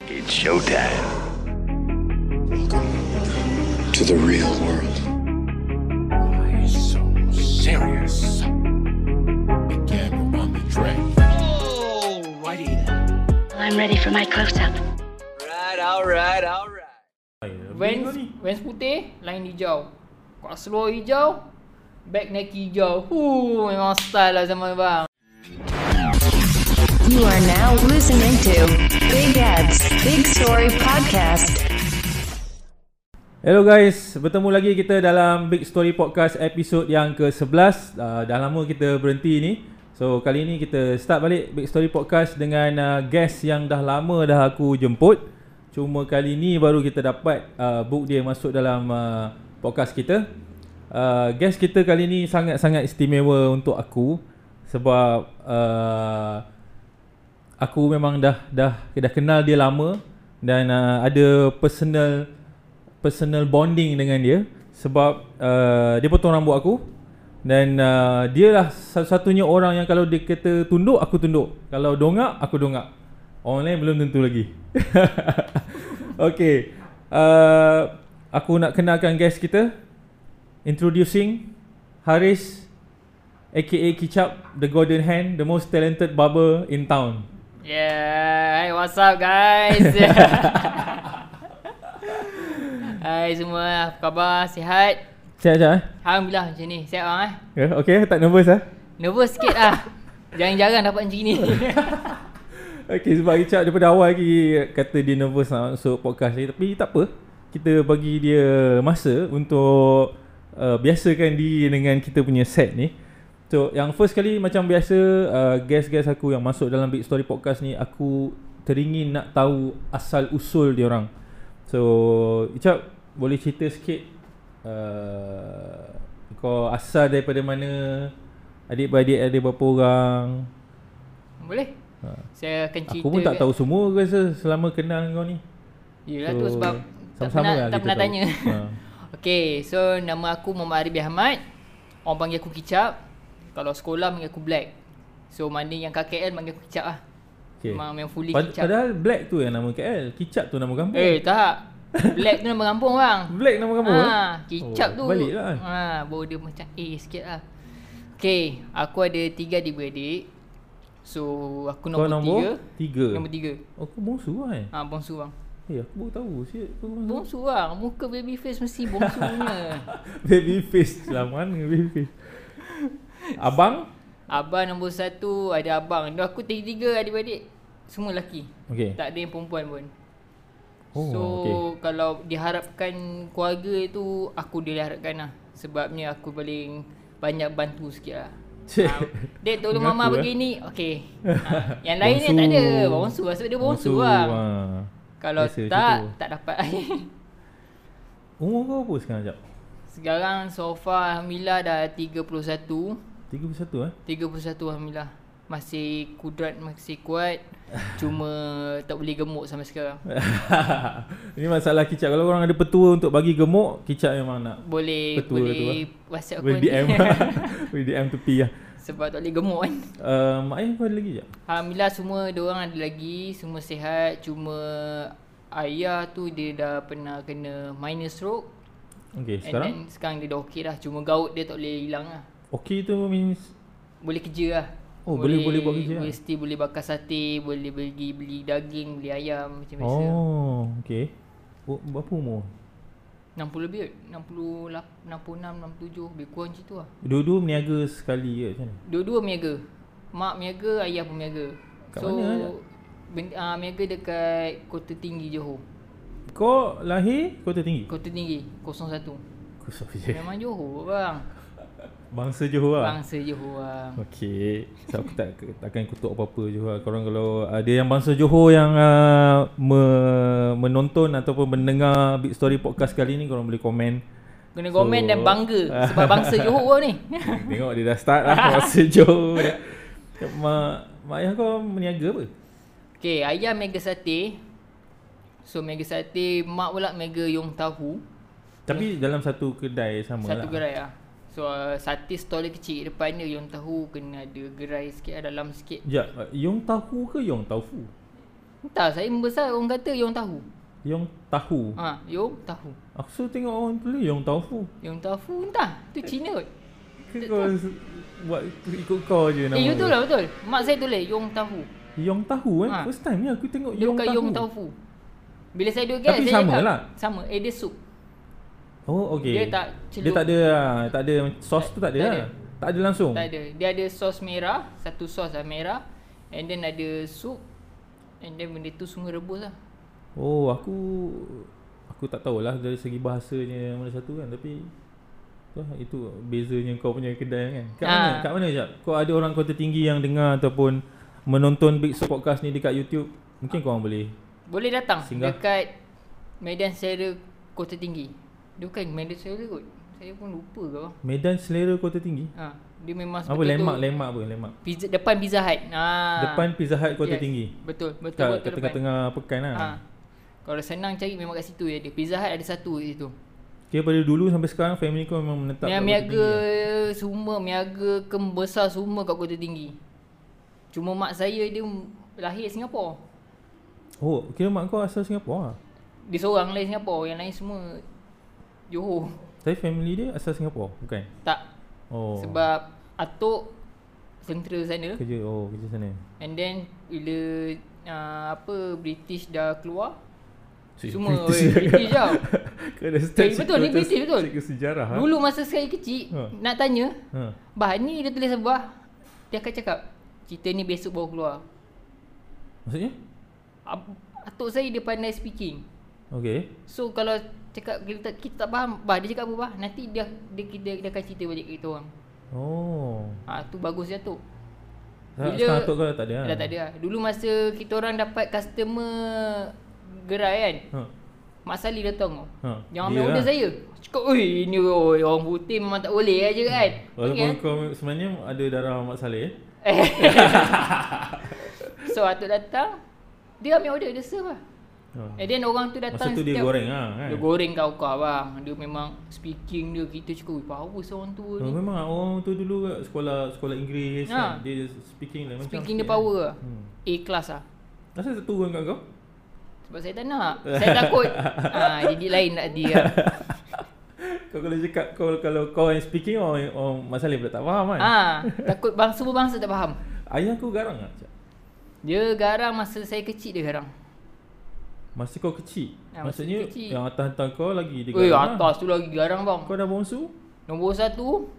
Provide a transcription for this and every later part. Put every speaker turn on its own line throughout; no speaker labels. It's showtime.
to the real world.
Why so serious? Big camera on the track.
I'm ready for my close up.
Vans, Vans putih, line hijau. Kau slow hijau, back Nike hijau. Huh, memang style lah zaman bang.
You are now listening to Big Ads, Big Story Podcast.
Hello guys, bertemu lagi kita dalam Big Story Podcast episod yang ke-11 uh, Dah lama kita berhenti ni So kali ni kita start balik Big Story Podcast dengan uh, guest yang dah lama dah aku jemput Cuma kali ni baru kita dapat uh, book dia masuk dalam uh, podcast kita uh, Guest kita kali ni sangat-sangat istimewa untuk aku Sebab uh, aku memang dah dah dah kenal dia lama dan uh, ada personal personal bonding dengan dia sebab uh, dia potong rambut aku dan uh, dia lah satu-satunya orang yang kalau dia kata tunduk aku tunduk kalau dongak aku dongak orang lain belum tentu lagi okay uh, aku nak kenalkan guest kita introducing Haris aka Kicap the golden hand the most talented barber in town
Yeah, hey, what's up guys? Hai semua, apa khabar? Sihat?
Siap sekejap eh
Alhamdulillah macam ni. Sihat bang eh?
Ya, okey, tak nervous ah.
Nervous sikit lah. Jarang-jarang dapat macam ni.
Okey, sebab Richard daripada awal lagi kata dia nervous nak masuk podcast ni, tapi tak apa. Kita bagi dia masa untuk uh, biasakan diri dengan kita punya set ni. So, yang first kali macam biasa uh, guest-guest aku yang masuk dalam Big Story Podcast ni, aku teringin nak tahu asal usul dia orang. So, Richard boleh cerita sikit uh, kau asal daripada mana? Adik-beradik ada berapa orang?
Boleh? Saya akan cerita.
Ha. Aku pun tak
kat-
tahu semua aku rasa selama kenal kau ni.
Yelah tu sebab tak pernah, tak
kita
pernah
tahu.
tanya.
Ha.
Okay, so nama aku Muhammad Aribi Ahmad. Orang panggil aku Kicap. Kalau sekolah panggil aku Black. So mana yang KKL panggil aku Kicap lah.
Okay.
Memang- memang fully
Pad-
kicap.
Padahal Black tu yang nama KL. Kicap tu nama kampung.
Eh tak. Black tu nama kampung bang.
Black nama kampung. eh?
Ha, kicap
Oh,
tu.
balik lah.
Ha, baru dia macam eh sikit lah. Okay, aku ada tiga adik-beradik. So aku
Kau
nombor,
nombor
tiga.
tiga.
Nombor tiga.
Oh, kau bongsu lah eh.
Ha, bongsu bang.
Eh, aku baru tahu. Siap, kau bongsu.
Bongsu bang. Muka baby face mesti bongsu punya.
baby face lah. Mana baby face? Abang?
Abang nombor satu ada abang. Dan aku tiga-tiga adik-adik. Semua lelaki.
Okay.
Tak ada yang perempuan pun.
Oh,
so
okay.
kalau diharapkan keluarga tu aku diharapkan lah. Sebabnya aku paling banyak bantu sikit lah.
Cik.
Dek tolong
Mengaku,
mama
eh.
bagi ni. Okey. Ha, yang lain ni tak ada. Bongsu lah. Sebab dia bongsu, lah.
ah.
Kalau
Biasa macam
tak,
tu.
tak dapat.
Umur kau apa sekarang, Jap?
Sekarang so far Alhamdulillah dah 31.
31 eh?
31 Alhamdulillah Masih kudrat Masih kuat Cuma Tak boleh gemuk sampai sekarang
Ini masalah kicap. Kalau orang ada petua untuk bagi gemuk, kicap memang nak
Boleh
Betul
Boleh
tu lah.
Whatsapp aku
Boleh
ni.
DM Boleh DM to P lah
Sebab tak boleh gemuk kan
uh, Mak Ayah kau ada lagi tak?
Alhamdulillah semua Diorang ada lagi Semua sihat Cuma Ayah tu dia dah pernah kena minor stroke
Okay
And
sekarang
then sekarang dia dah okey dah Cuma gout dia tak boleh hilang lah
Okay tu means
Boleh kerja lah
Oh, boleh- boleh buat kerja lah.
Boleh still boleh bakar sate Boleh pergi beli daging Beli ayam Macam biasa
Oh Okay Bu- Berapa umur?
60 lebih kot. 60 66 67 lebih kurang macam tu lah
Dua-dua meniaga sekali ke macam mana?
dua-dua meniaga mak meniaga ayah pun meniaga
Kat mana ajak?
ben, uh, meniaga dekat Kota Tinggi Johor
Kau lahir Kota Tinggi?
Kota Tinggi 01
Kota Tinggi
memang Johor bang
Bangsa Johor lah
bangsa Johor bang
Okay so, Aku tak takkan kutuk apa-apa Johor Korang kalau ada yang bangsa Johor yang uh, me, menonton ataupun mendengar Big Story Podcast kali ni Korang boleh komen
kena
So-
komen dan bangga sebab bangsa Johor kau ni
Tengok dia dah start lah Masa Johor dah. Mak, mak ayah kau meniaga apa?
Okay, ayah mega sate. So mega sate, mak pula mega yong tahu.
Tapi dalam satu kedai sama
Ya. Satu
lah
gerai lah. So uh, sate stall dia kecil depan dia yong tahu kena ada gerai sikit lah, dalam sikit.
Sekejap, uh, Yong Tahu ke Yong Taufu?
Entah, saya membesar orang kata Yong Tahu.
Yong tahu.
Ha, Yong Tahu.
Aku selalu tengok orang tulis Yong tahu.
Yong Tahu entah. Tu Cina kot.
Ke kau s- buat ikut kau je nama.
Eh, you
dia.
tu lah betul. Mak saya tulis Yong Tahu.
Yong tahu eh.
Ha.
First time ni aku tengok
Dia
Yong
bukan
tahu.
Yong Tahu. Bila saya duduk guess,
Tapi
saya
sama
cakap,
lah.
Sama. Eh, dia sup.
Oh, okey.
Dia tak
Dia
celup.
tak ada ah, tak ada sos tu tak ada.
tak
lah.
ada.
Tak ada langsung.
Tak ada. Dia ada sos merah, satu sos lah merah. And then ada sup. And then benda tu semua rebus lah.
Oh, aku aku tak tahulah dari segi bahasanya yang mana satu kan tapi Wah, itu bezanya kau punya kedai kan. Kat
Ah.
mana? Kat mana jap? Kau ada orang kota tinggi yang dengar ataupun menonton Big Show Podcast ni dekat YouTube, mungkin kau orang boleh.
Boleh datang
Singgah.
Singgah. dekat Medan Sera Kota Tinggi. Dia bukan Medan Sera kot. Saya pun lupa ke bang.
Medan Selera Kota Tinggi.
Ha, dia memang
Apa lemak lemak apa lemak.
Pizza, depan Pizza Hut. Ha.
Depan Pizza Hut Kota
Yes.
Tinggi.
Betul, betul.
Kat,
betul
kat tengah-tengah pekan lah.
Ha. Kalau senang cari memang kat situ je ada. Pizza Hut ada satu kat situ.
Kira pada dulu sampai sekarang family kau memang menetap kat
Yang
Kota
miaga
Tinggi. lah.
semua miaga kembesar semua kat Kota Tinggi. Cuma mak saya dia lahir Singapura.
Oh, kira mak kau asal Singapura lah.
Dia seorang lahir Singapura, yang lain semua Johor.
Tapi family dia asal Singapura, bukan?
Tak
Oh.
Sebab atuk tentera sana
kerja oh, kerja sana.
and then bila uh, apa British dah keluar
Si-
semua British,
British agak.
British tau.
Kau dah
Eh, betul ni British betul.
Cikgu sejarah. ha?
Dulu masa saya kecil
Ha.
nak tanya,
Ha.
bah ni dia tulis sebuah dia akan cakap cerita ni besok baru keluar.
Maksudnya?
Ab- Atuk saya dia pandai speaking.
Okey.
So kalau cakap kita tak, kita tak faham, bah dia cakap apa bah, nanti dia dia, dia, dia akan cerita balik ke kita orang.
Oh.
Ah tu bagus dia tu.
Bila,
Bila-
Ha, Sekarang atuk kau dah tak ada ah.
Dah tak ada lah. Dulu masa kita orang dapat customer gerai kan.
Ha.
Mak Sali datang tau.
Ha,
Yang
dia
ambil order
lah.
saya. Cakap, oi ni oi, orang putih memang tak boleh lah je kan.
Walaupun
Okey,
kau sebenarnya ada darah Mak Saleh. eh?
eh. so atuk datang, dia ambil order, dia serve lah.
Ha.
And then orang tu
Masa
datang
tu dia
setiap-
goreng lah kan.
Dia goreng kau kau bang. Dia memang speaking dia kita cakap, "Ui, power seorang tua ni."
Oh, memang lah, orang tu dulu kat sekolah sekolah Inggeris
Ha.
kan. Dia speaking lah macam
Speaking dia
sikit
power lah.
Hmm.
A class lah.
Kan. Asal dia turun kat kau?
Sebab saya tak nak. Saya takut. ha, jadi lain nak dia.
Kau kalau cakap kau kalau kau yang speaking orang, orang Mak Saleh pula tak faham kan.
Ha, takut bangsa semua bangsa tak faham.
Ayah kau garang tak? Cak?
Dia garang masa saya kecil dia garang.
Masa kau kecil.
Ah, masa
Maksudnya
kecil.
yang atas-atas kau lagi dia
Eh
garang lah.
atas tu lagi garang bang.
Kau dah bongsu?
Nombor satu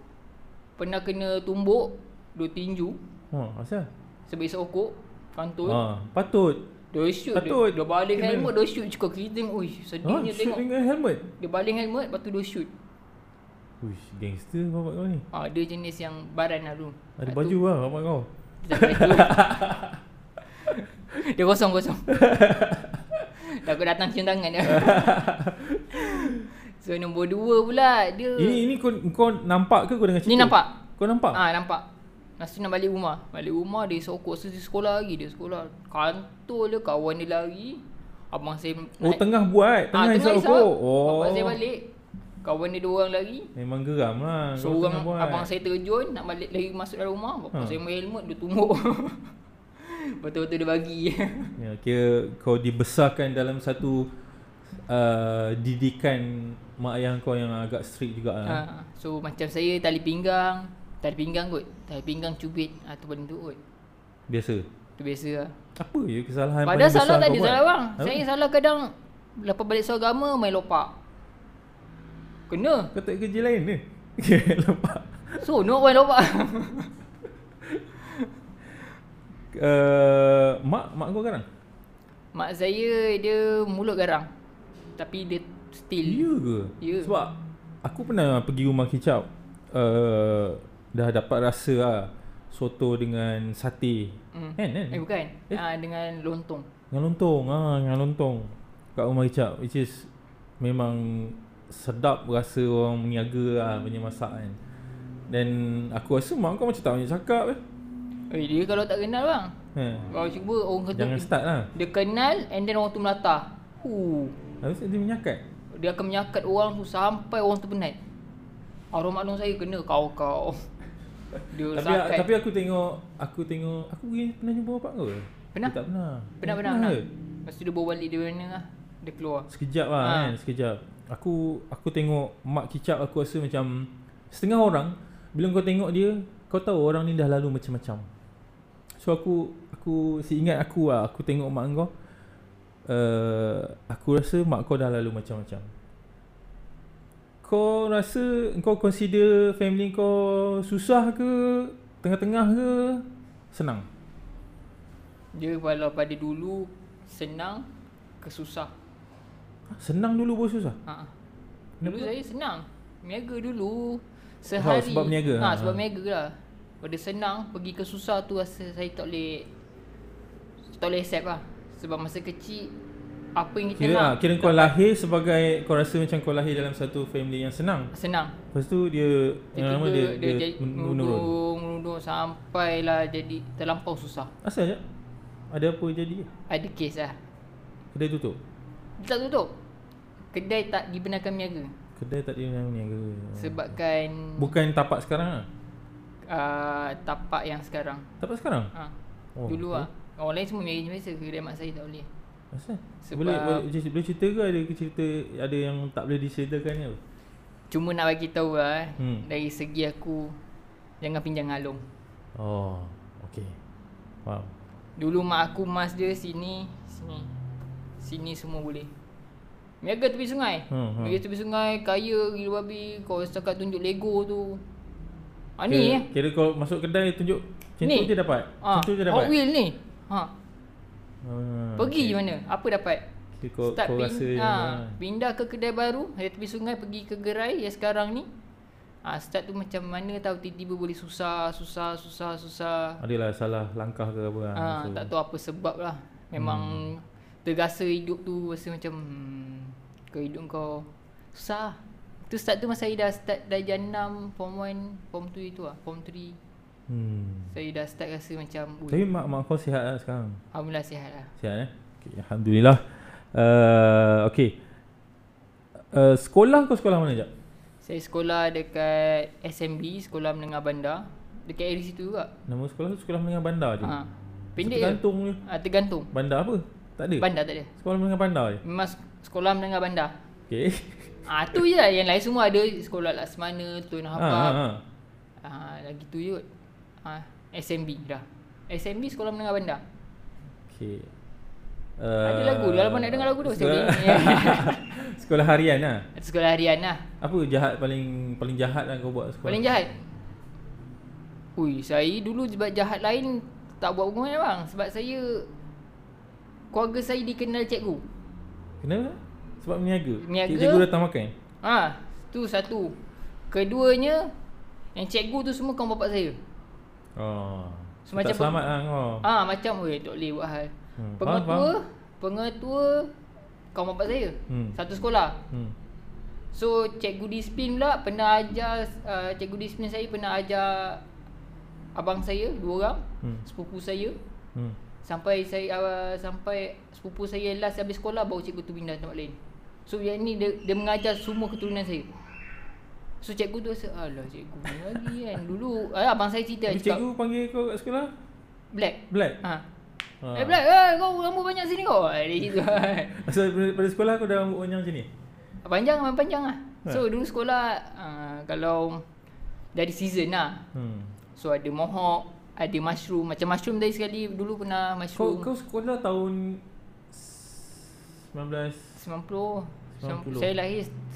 pernah kena tumbuk dua tinju
Ha, asal?
sebab sokok kantoi. Ha.
Ha, patut.
Dia shoot
Patut.
dia, dia baling
Kena.
helmet dia shoot cukup kita tengok. Ui,
Ha,
sedihnya
shoot
tengok.
dengan helmet.
Dia baling helmet lepas tu dia shoot.
Uish, gangster bapak kau ni.
Ha, dia jenis yang baran lah tu. Ah,
Ada baju lah bapak kau.
tu- tak ada baju. dia kosong-kosong. Takut datang cium tangan dia. so nombor dua pula dia.
Ini ini kau, kau nampak ke kau dengar cerita?
Ni nampak.
Kau nampak?
Ah ha, nampak. Lepas tu nak balik rumah. Balik rumah dia sokok so, dia sekolah lagi dia sekolah. Kantor dia kawan dia lari. Abang saya
Oh, tengah buat.
Ah,
Tengah ha, hisap rokok.
Oh.
Oh.
Abang saya balik. Kawan dia dua orang lari.
Memang geram lah. kau
Seorang
tengah buat.
abang saya terjun nak balik lagi masuk dalam rumah. Bapak
Ha.
ha. saya main helmet dia tumbuk. Betul-betul dia bagi.
Ya, kira kau dibesarkan dalam satu uh, didikan mak ayah kau yang agak strict juga lah. Ha.
ha. So macam saya tali pinggang. Tali pinggang kot. Tali pinggang cubit. Ha, tu paling tu kot.
Biasa.
Tu biasa lah.
Apa je kesalahan
Padahal
paling
salah
besar
tak
kau
ada
buat?
salah bang.
Apa?
Saya salah kadang lepas balik seagama main lopak. Kena.
Kau tak kerja lain ke? Okay, lepak.
So no main lopak.
Uh, mak, mak kau sekarang?
Mak saya dia mulut garang. Tapi dia
Ya
still.
ke?
Ya.
Sebab aku pernah pergi rumah kicap. Uh, dah dapat rasa lah. Soto dengan sate. Mm. Kan, kan?
Eh bukan.
Eh?
Eh? dengan lontong.
Dengan lontong. Ha, dengan lontong. Kat rumah kicap. Which is memang sedap rasa orang meniaga lah punya masak kan. Dan aku rasa mak kau macam tak banyak cakap eh.
Eh dia kalau tak kenal bang.
Ha.
Kalau cuba orang kata
Jangan start lah.
dia kenal and then orang tu melata. Uh,
Harus dia menyakat.
dia akan menyakat orang tu sampai orang tu penat. Orang maklum saya kena kau-kau. Dia
Tapi
sakat.
tapi aku tengok aku tengok aku pergi pernah jumpa bapak kau. ke?
Pernah?
Dia tak pernah.
Pernah, pernah, pernah. Lepas tu dia bawa balik dia mana lah. Dia keluar.
Sekejap lah
Ha.
ha. kan, sekejap. Aku aku tengok mak kicap aku rasa macam setengah orang bila kau tengok dia, kau tahu orang ni dah lalu macam-macam. So aku aku seingat aku lah, aku tengok mak kau uh, aku rasa mak kau dah lalu macam-macam. Kau rasa kau consider family kau susah ke, tengah-tengah ke, senang?
Dia kalau pada dulu senang ke susah.
Ha, Senang dulu baru susah.
Ha. Dulu
Kenapa?
saya senang. Meniaga dulu. Sehari.
sebab berniaga?
Ha,
Ha,
sebab
ha.
meniaga lah. Pada senang, pergi ke susah tu rasa saya tak boleh tak boleh accept lah. Sebab masa kecil apa yang kita
Kira
nak
ah, kira kau lahir sebagai kau rasa macam kau lahir dalam satu family yang senang.
senang.
Lepas tu dia yang lama
Tiba-tiba
dia, dia,
jadi-
menurun.
menurun, menurun sampailah lah jadi terlampau susah.
Asal je? Ada apa jadi?
Ada kes lah.
Kedai tutup.
Dia tak tutup. Kedai tak dibenarkan meniaga.
Kedai tak dia yang niaga.
Sebabkan
Bukan tapak sekarang ah.
uh, tapak yang sekarang.
Tapak sekarang?
Ha.
Oh,
Oh, Dulu
okey.
ah. Orang lain semua marriage biasa kedai mak saya tak boleh.
Asal?
Sebab-
Boleh, boleh, cer- boleh cerita ke ada ke cerita ada yang tak boleh diceritakan ni apa?
Cuma nak bagi tahu lah eh,
Hmm.
hmm. dari segi aku jangan pinjam ngalung.
Oh, okey. Wow.
Dulu mak aku mas dia sini, sini. Sini semua boleh. Mega tepi sungai.
Hmm, hmm.
Hmm, tepi sungai, kaya gila babi. Kau setakat tunjuk Lego tu. Ah
kira,
ni eh.
Kira kau masuk kedai tunjuk macam
Ni.
tu je dapat. Macam
Ah,
tu je dapat. Hmm,
Hot Wheel ni. Ha.
Ah,
Pergi okay. mana? Apa dapat?
Kira kau,
Start
kau
pin-
rasa
ha,
ha.
pindah ke kedai baru, dari tepi sungai pergi ke gerai yang sekarang ni. Ah ha, start tu macam mana tahu tiba-tiba boleh susah, susah, susah, susah.
Adalah salah langkah ke apa kan,
Ah ha, tak tahu apa sebab lah. Memang
Hmm.
terasa hidup tu rasa macam hmm, kau hidup kau susah. lah. Tu start tu masa saya dah start dah jam 6 form 1, form 2 tu lah, form 3.
Hmm.
Saya dah start rasa macam ui,
Tapi mak mak kau sihat lah sekarang.
alhamdulillah sihat lah.
Sihat eh? Okay, Alhamdulillah. Uh, okay. Uh, sekolah kau sekolah mana jap?
Saya sekolah dekat SMB, Sekolah Menengah Bandar. Dekat area situ juga.
Nama sekolah tu sekolah menengah bandar je.
Ha.
Pendek
Pendek je.
Tergantung je.
Ah, tergantung.
Bandar apa? Tak ada.
Bandar tak ada.
Sekolah menengah bandar je.
Memang s- sekolah menengah bandar.
Okay.
Ah tu je lah. Yang lain semua ada sekolah Laksamana, Tun
Ha, ha,
Habab.
ha.
Ah lagi tu je. kot. Ah SMB dah. SMB sekolah menengah bandar.
Okay.
Uh,
Uh,
ada lagu. Kalau nak dengar lagu tu saya
sekolah,
boleh.
sekolah harian lah.
Ada sekolah harian lah.
Apa jahat paling paling jahat lah kau buat sekolah?
Paling jahat. Ui, saya dulu sebab jahat lain tak buat hubungan bang. Sebab saya keluarga saya dikenal cikgu.
Kenapa? Sebab meniaga.
Meniaga.
Cik Cikgu datang makan.
Ha, tu satu. Keduanya yang cikgu tu semua kawan bapak saya.
Oh. So,
Semacam
tak selamat lah kau.
Ah ha, macam weh tak boleh buat hal.
Hmm,
Hmm,
faham,
pengetua, pengetua kawan bapak saya.
Hmm.
Hmm. Satu sekolah.
Hmm.
So cikgu disiplin pula pernah ajar uh, cikgu disiplin saya pernah ajar abang saya dua orang,
Hmm.
hmm. sepupu saya
Hmm.
sampai saya uh, sampai sepupu saya last habis sekolah baru cikgu tu pindah tempat lain. So yang ni dia, dia mengajar semua keturunan saya. So cikgu tu rasa alah cikgu ni lagi kan. Dulu eh, abang saya cerita
Tapi
cakap
cikgu panggil kau kat sekolah?
black.
Black?
Ha.
Ha.
Eh Black, eh, kau rambut panjang sini kau. Eh, Dia gitu.
Asal pada, pada sekolah kau dah rambut panjang macam ni?
panjang memang panjang lah.
Eh.
So dulu sekolah uh, kalau dari season lah.
Hmm.
So ada mohawk, ada mushroom. Macam mushroom tadi sekali dulu pernah
Kau,
mushroom.
kau sekolah tahun... s- 19...
90. 90.
90.
Saya lahir 90.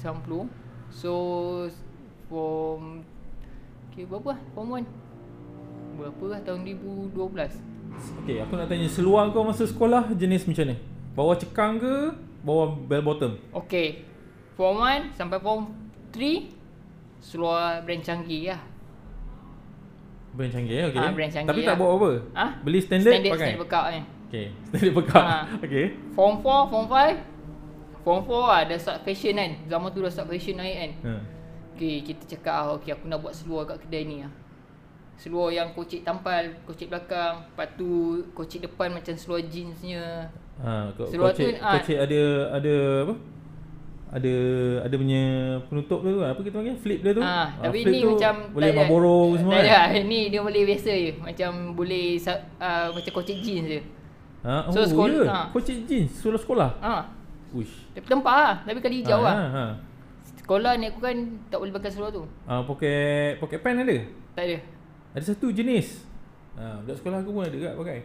So form okay, berapa lah? Form 1. Berapa lah tahun 2012.
Okay, aku nak tanya. Seluar kau masa sekolah jenis macam ni? Bawah cekang ke? Bawah bell bottom?
Okay. Form 1 sampai form 3 seluar brand canggih lah.
Brand canggih, okay.
Ah, brand canggih
Tapi tak
lah.
bawa apa?
Ha?
Beli standard,
standard
pakai?
Standard bekak kan.
Okay, standard bekak.
Ah.
Okay.
Form 4, form 5. Form 4 lah dah start fashion kan. Zaman tu dah start fashion naik kan.
Hmm.
Okay, kita cakap ah, okay aku nak buat seluar kat kedai ni lah. Seluar yang kocik tampal, kocik belakang. Lepas tu kocik depan macam seluar jeansnya.
Ha, kau, kau
Seluar tu,
cek,
ah.
kau cek ada ada apa? Ada ada punya penutup dia tu apa kita panggil flip dia tu.
Ah,
Ah,
tapi
flip
ni
tu
macam
boleh Marlboro semua
Tak
kan.
ada, ni dia boleh biasa je. Macam boleh sa- ah, macam kocik jeans je.
Ha? Oh,
So, sekolah-
ya.
ha.
Kau cik jeans sekolah sekolah.
Ha,
Uish.
tapi tempah lah. Tapi kali hijau
ha,
lah.
ha.
Sekolah ni aku kan tak boleh pakai seluar tu.
ha. poket poket pen ada?
Tak ada.
Ada satu jenis. Ha, budak sekolah aku pun ada kat pakai.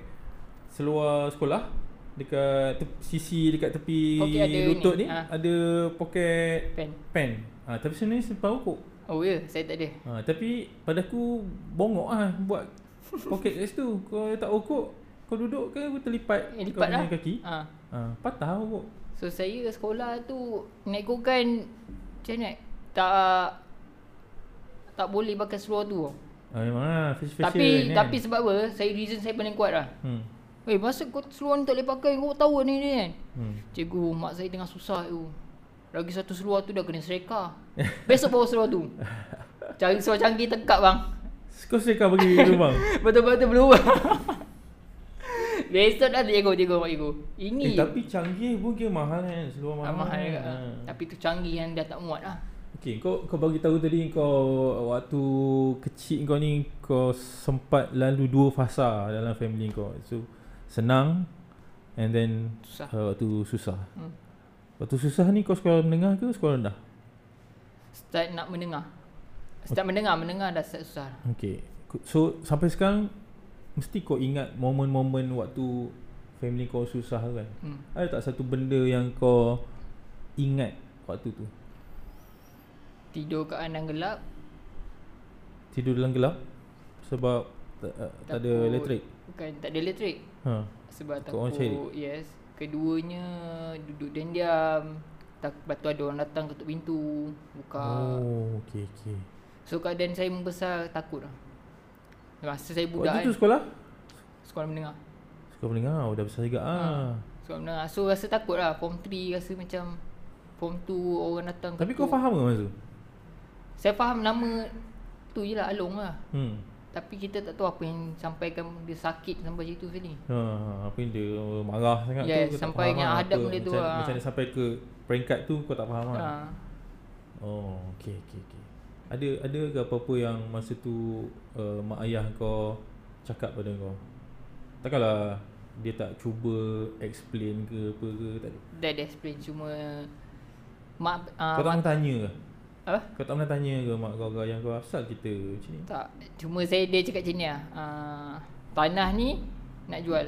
Seluar sekolah dekat te- sisi dekat tepi
Poket ada
lutut
ni.
ni,
Ha.
ada poket
Pen.
pen. Ha, tapi sebenarnya separuh kok.
Oh ya, yeah, saya tak ada.
Ha, tapi pada aku bongok ah buat poket kat situ. Kau tak okok, kau duduk ke kau terlipat
Eh,
kau
lipat
punya
lah.
kaki?
Ha.
Ha, patah okok.
So saya sekolah tu naik go kan macam mana? eh? Tak tak boleh pakai seluar tu. tau.
Ha, memang lah, fashion
Tapi tapi sebab apa? Saya reason saya paling kuat lah.
hmm.
Eh, masa kau seluar ni tak boleh pakai, kau tahu ni ni kan?
Hmm.
Cikgu, mak saya tengah susah tu. Lagi satu seluar tu dah kena sereka. Besok bawa seluar tu. Cari seluar canggih tekak bang.
Kau seka bagi lubang.
Betul-betul berubah. Besok dah cikgu, cikgu, mak cikgu. Ini
eh, tapi canggih pun kira mahal kan seluar mahal.
ah, mahal juga.
Ha.
Tapi tu canggih yang dah tak muat lah.
Okey, kau kau bagi tahu tadi kau waktu kecil kau ni kau sempat lalu dua fasa dalam family kau. So senang and then
Susah.
Uh, waktu susah. Hmm. Waktu susah ni kau sekolah menengah ke sekolah rendah?
Start nak mendengar. Start mendengar, mendengar dah start susah.
Okey. Ku- So sampai sekarang mesti kau ingat momen-momen waktu family kau susah tu kan.
Hmm.
Ada tak satu benda yang kau ingat waktu tu?
Tidur kat andang gelap.
Tidur dalam gelap sebab tak, tak ada
takut-
elektrik.
Bukan, tak ada elektrik.
Ha.
Sebab
Takut orang
takut, yes. Keduanya duduk dan diam. Tak, lepas tu ada orang datang ketuk pintu. Buka. Oh.
Oh, okey okey.
So keadaan saya membesar takut lah. Rasa saya budak
Waktu
kan.
tu sekolah?
Sekolah mendengar.
Sekolah menengah oh, dah besar juga
Ha,
ah.
Sekolah mendengar. So rasa takut lah. Form 3 rasa macam Form 2 orang datang
Tapi kau
ketuk.
faham ke masa tu?
Saya faham nama tu je lah Along lah.
Hmm.
Tapi kita tak tahu apa yang sampaikan dia sakit sampai situ sekali.
Ha, apa yang dia oh, marah sangat
Yes,
tu kau tak
sampai
faham
yang
lah
hadap
apa-
benda tu
macam,
lah.
Macam mana sampai ke peringkat tu kau tak faham lah.
Ha.
Oh, okey okey okey. Ada ada ke apa-apa yang masa tu uh, mak ayah kau cakap pada kau? Takkanlah dia tak cuba explain ke apa ke tak ada.
Dah dah explain cuma mak
Kau
ah
tak pernah tanya ke?
apa?
Kau tak pernah tanya ke mak kau ke ayah kau asal kita macam ni?
Tak, cuma saya dia cakap macam ni lah. Ah, tanah ni nak jual.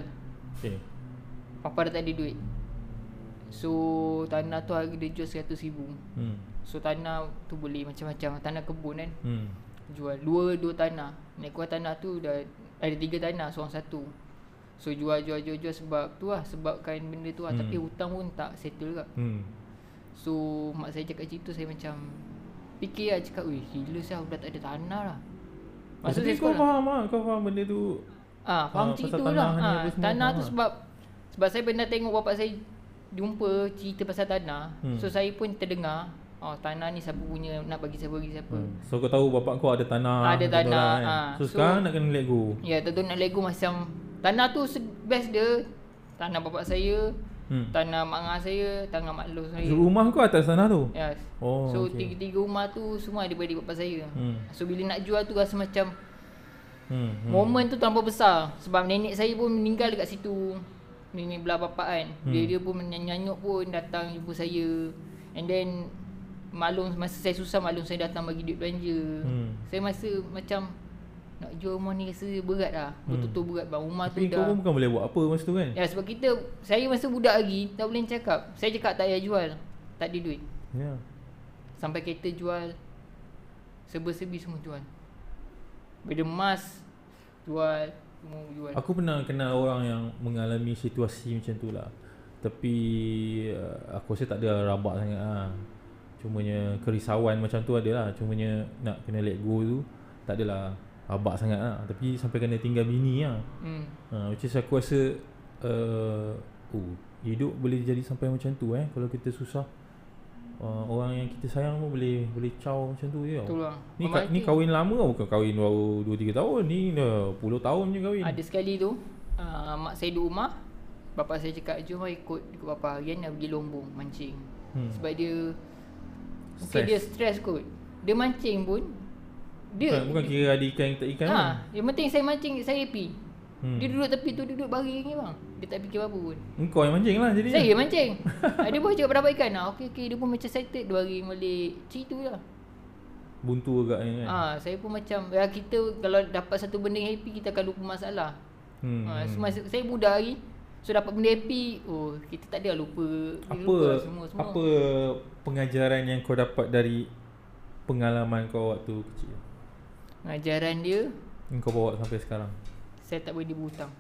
Okay.
Papa dah tak ada duit. So tanah tu harga dia jual 100 ribu.
Hmm.
So tanah tu boleh macam-macam tanah kebun kan.
Hmm.
Jual dua dua tanah. Naik kuat tanah tu dah ada tiga tanah seorang satu. So jual jual jual jual sebab tu lah sebabkan benda tu lah hmm. tapi hutang pun tak settle kat.
Hmm.
So mak saya cakap macam tu saya macam fikir lah cakap weh gila saya dah tak ada tanah lah. Masa
Maksudnya
saya
kau
sekolah.
faham lah Kau faham benda tu
Ah, faham
Ah,
macam
pasal
tu
tanah
lah.
ni
Ha,
apa semua
tanah
faham
tu
lah.
sebab sebab saya pernah tengok bapak saya jumpa cerita pasal tanah.
Hmm.
Hmm. So saya pun terdengar oh tanah ni siapa punya nak bagi siapa bagi siapa. Hmm.
So kau tahu bapak kau ada tanah
Ada
kau tahu
tanah,
kan?
ah.
So,
So-
sekarang nak kena let go
Ya, tentu nak Lego macam tanah tu se- best dia. Tanah bapak saya,
hmm.
tanah mak ngah saya, tanah mak lo saya.
Rumah kau atas tanah tu
Yes.
Oh,
so
okey.
tiga-tiga rumah tu semua daripada bapak saya.
Hmm.
So bila nak jual tu rasa macam
hmm.
hmm. momen tu terlalu besar sebab nenek saya pun meninggal dekat situ. Nenek belah bapak kan. Hmm. Dia dia pun menyanyuk pun datang jumpa saya. And then malum masa saya susah malum saya datang bagi duit belanja.
Hmm.
Saya masa macam nak jual rumah ni rasa berat lah. Betul-betul berat bang. Rumah
Hmm. Tapi
tu
kau
dah.
pun bukan boleh buat apa masa tu kan
Ya sebab kita Saya masa budak lagi Tak boleh cakap Saya cakap tak payah jual Tak ada duit
Ya
Sampai kereta jual Serba-serbi semua jual Benda emas Jual Semua jual
Aku pernah kenal orang yang mengalami situasi macam tu lah Tapi uh, aku rasa tak ada rabak sangat lah Cumanya kerisauan macam tu ada lah Cumanya nak kena let go tu Tak adalah rabak sangat lah Tapi sampai kena tinggal bini lah
hmm.
ha, Which is aku rasa uh, oh, Hidup boleh jadi sampai macam tu eh Kalau kita susah uh, Orang yang kita sayang pun boleh Boleh caw macam tu je
Betul
tau
lah
Ni, ka, ni kahwin lama tau Bukan kahwin baru 2-3 tahun Ni dah puluh tahun je kahwin
Ada sekali tu uh, Mak saya duduk rumah Bapak saya cakap Jom lah ikut ikut Bapak Harian nak pergi lombong Mancing hmm.
Hmm.
Sebab dia Mungkin
Stress.
dia stres kot Dia mancing pun
bukan,
Dia
bukan kira ada ikan tak ikan
ha,
ha.
Yang penting saya mancing Saya happy
kan
Hmm. Dia duduk tepi tu duduk baring je bang. Dia tak fikir apa pun.
Engkau yang mancing lah jadi.
Saya mancing. Ah, dia pun cakap berapa ikan. Ah, okey okey dia pun macam excited dia baring balik. Situ lah.
Buntu agak ni kan.
Ah, saya pun macam ya kita kalau dapat satu benda yang happy kita akan lupa masalah.
Hmm.
Hmm. Ha, so masa saya muda lagi. So dapat benda happy, oh kita tak ada lupa dia
apa
lupa lah semua semua.
apa pengajaran yang kau dapat dari pengalaman kau waktu kecil?
Pengajaran dia
Yang kau bawa sampai sekarang.
saya tak boleh dia berhutang.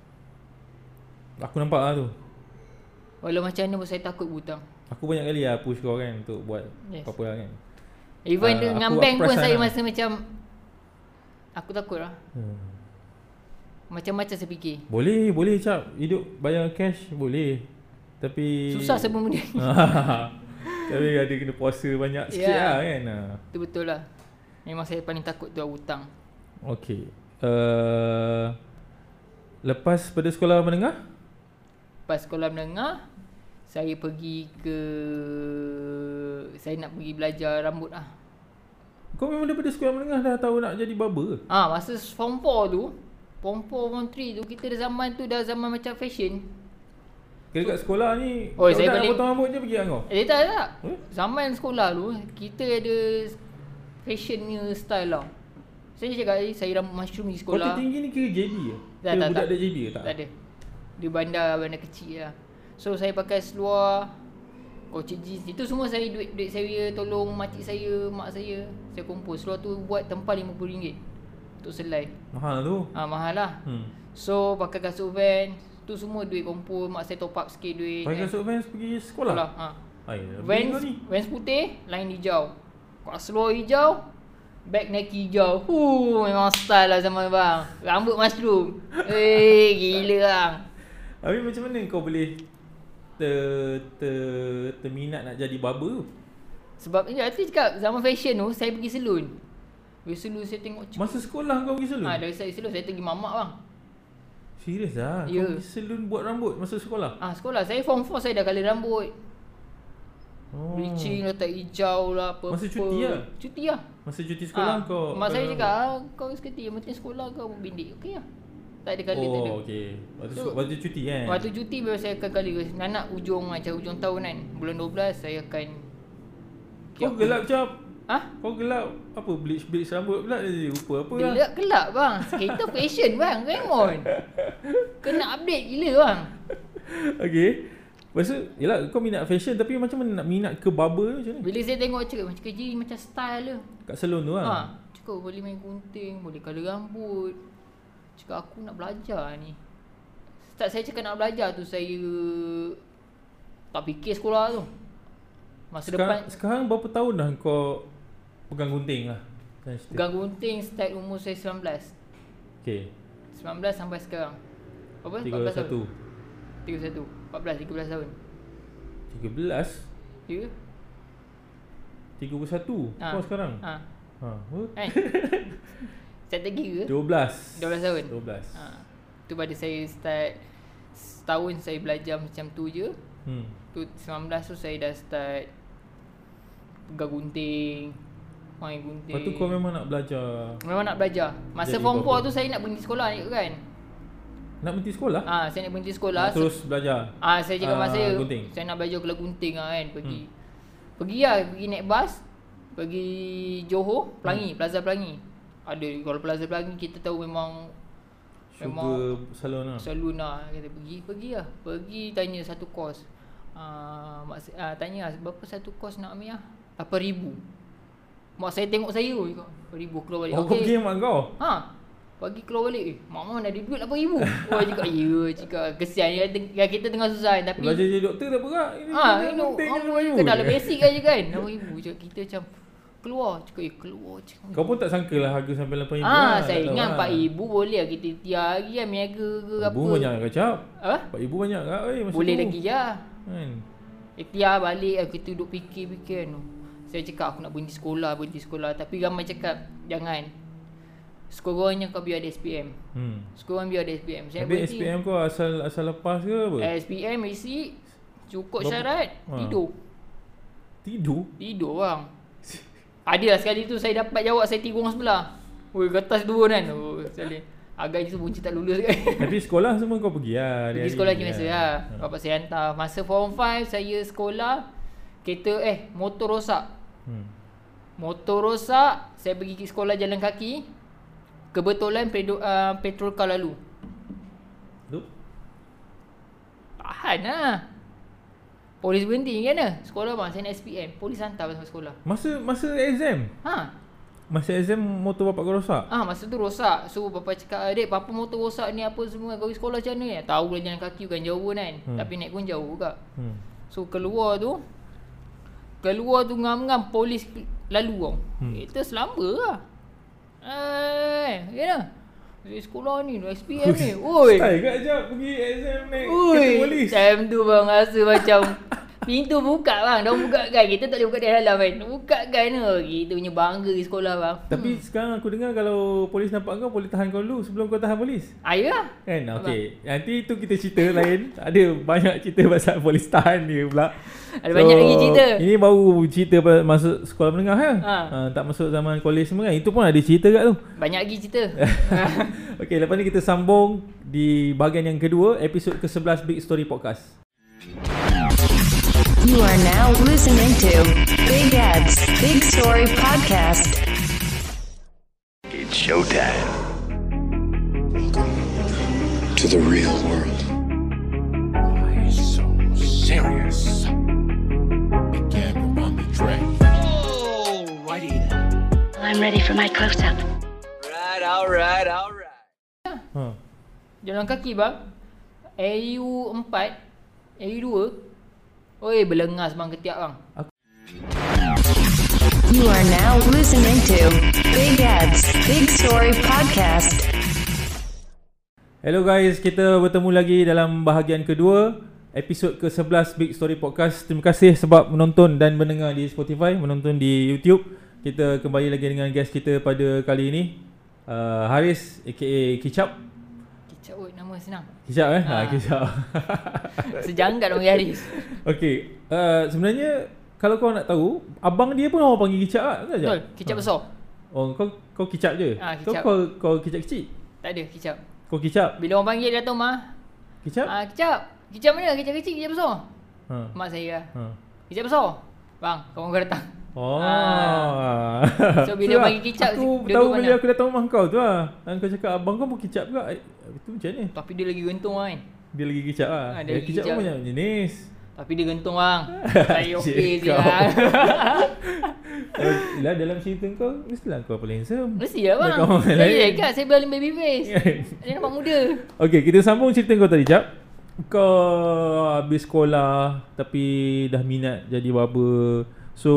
Aku nampak lah tu.
Walau macam mana pun saya takut berhutang.
Aku banyak kali lah push kau kan untuk buat
Yes.
apa-apa lah kan.
Even
Ah,
dengan
aku- aku
bank pun
perasan
saya
lah.
masa macam aku takut lah.
Hmm.
Macam-macam saya fikir.
Boleh, boleh cap. Hidup bayar cash boleh. Tapi
Susah semua benda ni.
Tapi ada kena puasa banyak sikit
Ya.
lah kan. Ah.
Itu betul lah. Memang saya paling takut tu lah hutang.
Okey. Uh, lepas pada sekolah menengah?
Lepas sekolah menengah, saya pergi ke... Saya nak pergi belajar rambut lah.
Kau memang daripada sekolah menengah dah tahu nak jadi barber ke?
Ah, masa form 4 tu, form 4, form 3 tu, kita dah zaman tu dah zaman macam fashion.
Kira kat sekolah
Oi,
ni budak
Oh, saya
nak
paling-
potong rambut je pergi kat kau?
Eh tak tak.
Hmm?
Hmm? Zaman sekolah tu, kita ada fashionnya style lah. Saya cakap eh, saya rambut mushroom di
Kau
sekolah.
tinggi ni kira JB ke?
Tak,
Kira
tak,
budak
tak.
dia JB ke? Tak,
Tak ada. Di bandar, bandar kecil lah. So saya pakai seluar, kocik jeans. Itu semua saya duit duit saya tolong makcik saya, mak saya. Saya kumpul. Seluar tu buat tempah RM50 untuk selai.
Mahal tu.
Ah mahal lah.
Hmm.
So pakai kasut van, tu semua duit kumpul. Mak saya top up sikit duit. kan.
Pakai kasut lah? Vans pergi sekolah?
Sekolah. Ha.
Ay, Vans
Vans,
ni.
Vans putih, lain hijau. Kalau seluar hijau, bag Nike hijau. Huh, memang style lah zaman bang. Rambut mushroom. Eh, gila bang.
Habis macam mana kau boleh ter, ter, terminat nak jadi barber tu?
Sebab ya, tu cakap zaman fashion tu saya pergi salon. Pergi salon saya tengok cik.
Masa sekolah kau pergi salon?
Ha, dari saya salon saya pergi mamak bang.
Serius lah?
Ya.
Kau pergi salon buat rambut masa sekolah?
Ah ha, sekolah saya form 4 saya dah colour rambut.
Oh.
Bleaching letak hijau lah apa
Masa cuti lah?
Cuti lah.
Masa cuti sekolah
Ah,
kau?
Mak
kau
saya
rambut?
cakap ah, kau seketi yang penting sekolah kau bindik. Okey lah. Tak ada colour tak ada.
Oh, okey. Waktu,
So,
waktu cuti kan?
Waktu cuti baru saya akan kali Nanak ujung macam ujung tahun kan Bulan 12 saya akan Ha?
Kau gelap cap.
Hah?
Kau gelap apa bleach-bleach rambut pula jadi rupa apa lah.
Gelap-gelap bang Kita fashion bang Raymond Kena update gila bang
Okey. Lepas tu, yelah kau minat fashion tapi macam mana nak minat ke barber ni macam mana?
Bila saya tengok cakap macam kerja ni macam style dia
Kat salon tu lah.
ha. Cakap boleh main gunting Boleh colour rambut Cakap aku nak belajar ni Start saya cakap nak belajar tu saya Tak fikir sekolah tu Masa
Sekarang,
depan
sekarang berapa tahun dah kau pegang gunting lah? Macam cerita.
Pegang gunting start umur saya 19
Okey.
19 sampai sekarang. Berapa? 14 tahun.
31.
31. 14, 13 tahun.
13.
Ya.
31 ha.
Ah.
Kau sekarang
Ha.
ha. Ha.
Kan? Saya tak kira.
12
12 tahun.
12
Ha. Tu pada saya start setahun saya belajar macam tu je.
hmm.
Tu 19 tu saya dah start pegang gunting, main gunting.
Lepas tu kau memang nak belajar
memang nak belajar. Masa
Jadi
form 4 tu
apa-apa.
saya nak berhenti sekolah ni kan.
Nak berhenti sekolah ha.
Ah, ha, saya nak berhenti sekolah.
Nak terus belajar
Ah saya cakap
Ah,
masa saya,
gunting.
saya nak belajar kelas gunting lah kan pergi. Hmm. Pergi lah pergi naik bas pergi Johor Pelangi hmm. Plaza Pelangi. Ada kalau Plaza Pelangi kita tahu memang
Sugar salon lah
salon lah kata pergi pergi lah. Pergi tanya satu kos. Ah mak saya- ah, tanya lah berapa satu kos nak ambil ah? 8000. Mak saya tengok saya pun cakap 8000 keluar balik.
Oh kau pergi mak kau
Ha. Pagi keluar balik, eh, mak mana ada duit RM8,000. Oh, dia cakap, ya, cakap. Kesian, dia teng- ya, kita tengah susah. Tapi,
Belajar jadi doktor tak bergerak
Ha, you know, orang kena dalam basic aja kan. Nama ibu cakap kita macam keluar cakap eh keluar cakap.
Kau pun tak sangka lah harga sampai RM8,000
Ah, saya ingat pak ibu boleh lah kita tiap hari kan meniaga ke
Ibu
apa.
banyak lah, kat cap
Ha?
Pak ibu banyak kat eh, masa
Boleh
tu.
lagi ya.
kan?
Eh, tiap balik lah, kita duduk fikir-fikir kan. Saya cakap aku nak berhenti sekolah, berhenti sekolah. Tapi ramai cakap jangan. Sekurang-kurangnya kau biar ada SPM.
hmm.
Sekurang biar ada SPM. Saya Eh,
Habis SPM kau asal asal lepas ke apa?
SPM isi cukup
Berapa-
syarat
Ha.
tidur.
Tidur?
Tidur bang lah Adalah sekali tu saya dapat jawab saya tidur orang sebelah Oi kertas turun kan oh, sekali. Agaknya tu bunci tak lulus kan
Tapi sekolah semua kau pergi lah
Pergi sekolah je biasa lah
Ha.
Bapak saya hantar Masa form 5 saya sekolah Kereta eh motor rosak
hmm.
Motor rosak Saya pergi ke sekolah jalan kaki Kebetulan pedo, uh, petrol kau lalu
Tu?
Tahan lah Polis berhenti kan lah Sekolah bang saya nak SPM Polis hantar masuk sekolah
Masa masa exam
Ha
Masa exam motor bapak kau rosak
Ah masa tu rosak. So papa cakap adik papa motor rosak ni apa semua kau pergi sekolah macam ni. Tahu lah jalan kaki bukan jauh pun kan.
Hmm.
Hmm. Tapi naik pun jauh juga.
hmm.
So keluar tu keluar tu ngam-ngam polis lalu tau.
Hmm.
Hmm. Kereta selamba lah. Eh, kena. Dari sekolah ni, dari SPM ni. Oi.
Style kat jap pergi exam naik kereta
Ui,
polis
time tu bang rasa macam pintu buka bang. Dah buka kan. Kita tak boleh buka dari dalam kan. Buka kan. Oh, Kita punya bangga di sekolah bang.
Tapi sekarang aku dengar kalau polis nampak kau boleh tahan kau dulu sebelum kau tahan polis
Ayalah.
Kan okey nanti tu kita cerita lain ada banyak cerita pasal polis tahan dia pula
Ada banyak lagi cerita.
Ini baru cerita pa- masuk sekolah menengah kan ha.
Ha.
tak masuk zaman kolej semua kan itu pun ada cerita kat tu
Banyak lagi cerita.
Okey lepas ni kita sambung di bahagian yang kedua episod ke-11 Big Story Podcast
You are now listening to Big Ed's Big Story Podcast.
It's showtime.
to the real world.
Why so serious? Began to want me drink.
I'm ready for my close up.
ha.
Jalan kaki bang. AU4, AU2. Oi, belengas bang ketiak bang.
You are now listening to Big Ed's Big Story Podcast.
Hello guys, kita bertemu lagi dalam bahagian kedua Episod ke-11 Big Story Podcast Terima kasih sebab menonton dan mendengar di Spotify Menonton di YouTube Kita kembali lagi dengan guest kita pada kali ini uh, Haris aka Kicap
Kicap oi, nama senang.
Kicap eh? Ha,
Ah.
Kicap
Sejangkat orang Yaris.
Okay, uh, sebenarnya kalau kau nak tahu Abang dia pun orang panggil Kicap lah Betul tak, Jap?
Betul, kicap besar.
Oh, kau, kau Kicap je?
Ah,
kau,
Kicap.
kau, kau Kicap kecil?
Tak ada kicap.
Kau Kicap?
Bila orang panggil datang mah.
Kicap?
Ah kicap. Kicap mana? Kicap kecil, kicap besar.
Ha.
Mak saya.
ha.
Kicap besar. Bang, kawan kau datang.
Oh.
Ah. So, bila
Tu lah.
bagi kicap,
aku
duduk
tahu
mana?
bila aku datang rumah kau tu lah. Dan kau cakap abang kau pun kicap juga. Eh, Itu macam mana?
Tapi dia lagi gentung kan.
Dia lagi kicap lah.
Ah,
dia
dia lagi
kicap,
kicap.
pun banyak jenis.
Tapi dia gentung bang. Saya okey je
Cik kau.
lah.
Eh, Yelah dalam cerita kau, mestilah kau paling handsome.
Mesti lah bang.
Bukan orang
Saya
lain.
kan, saya beli baby face. Dia nampak muda.
Okay, kita sambung cerita kau tadi, Jap. Kau habis sekolah tapi dah minat jadi barber. So,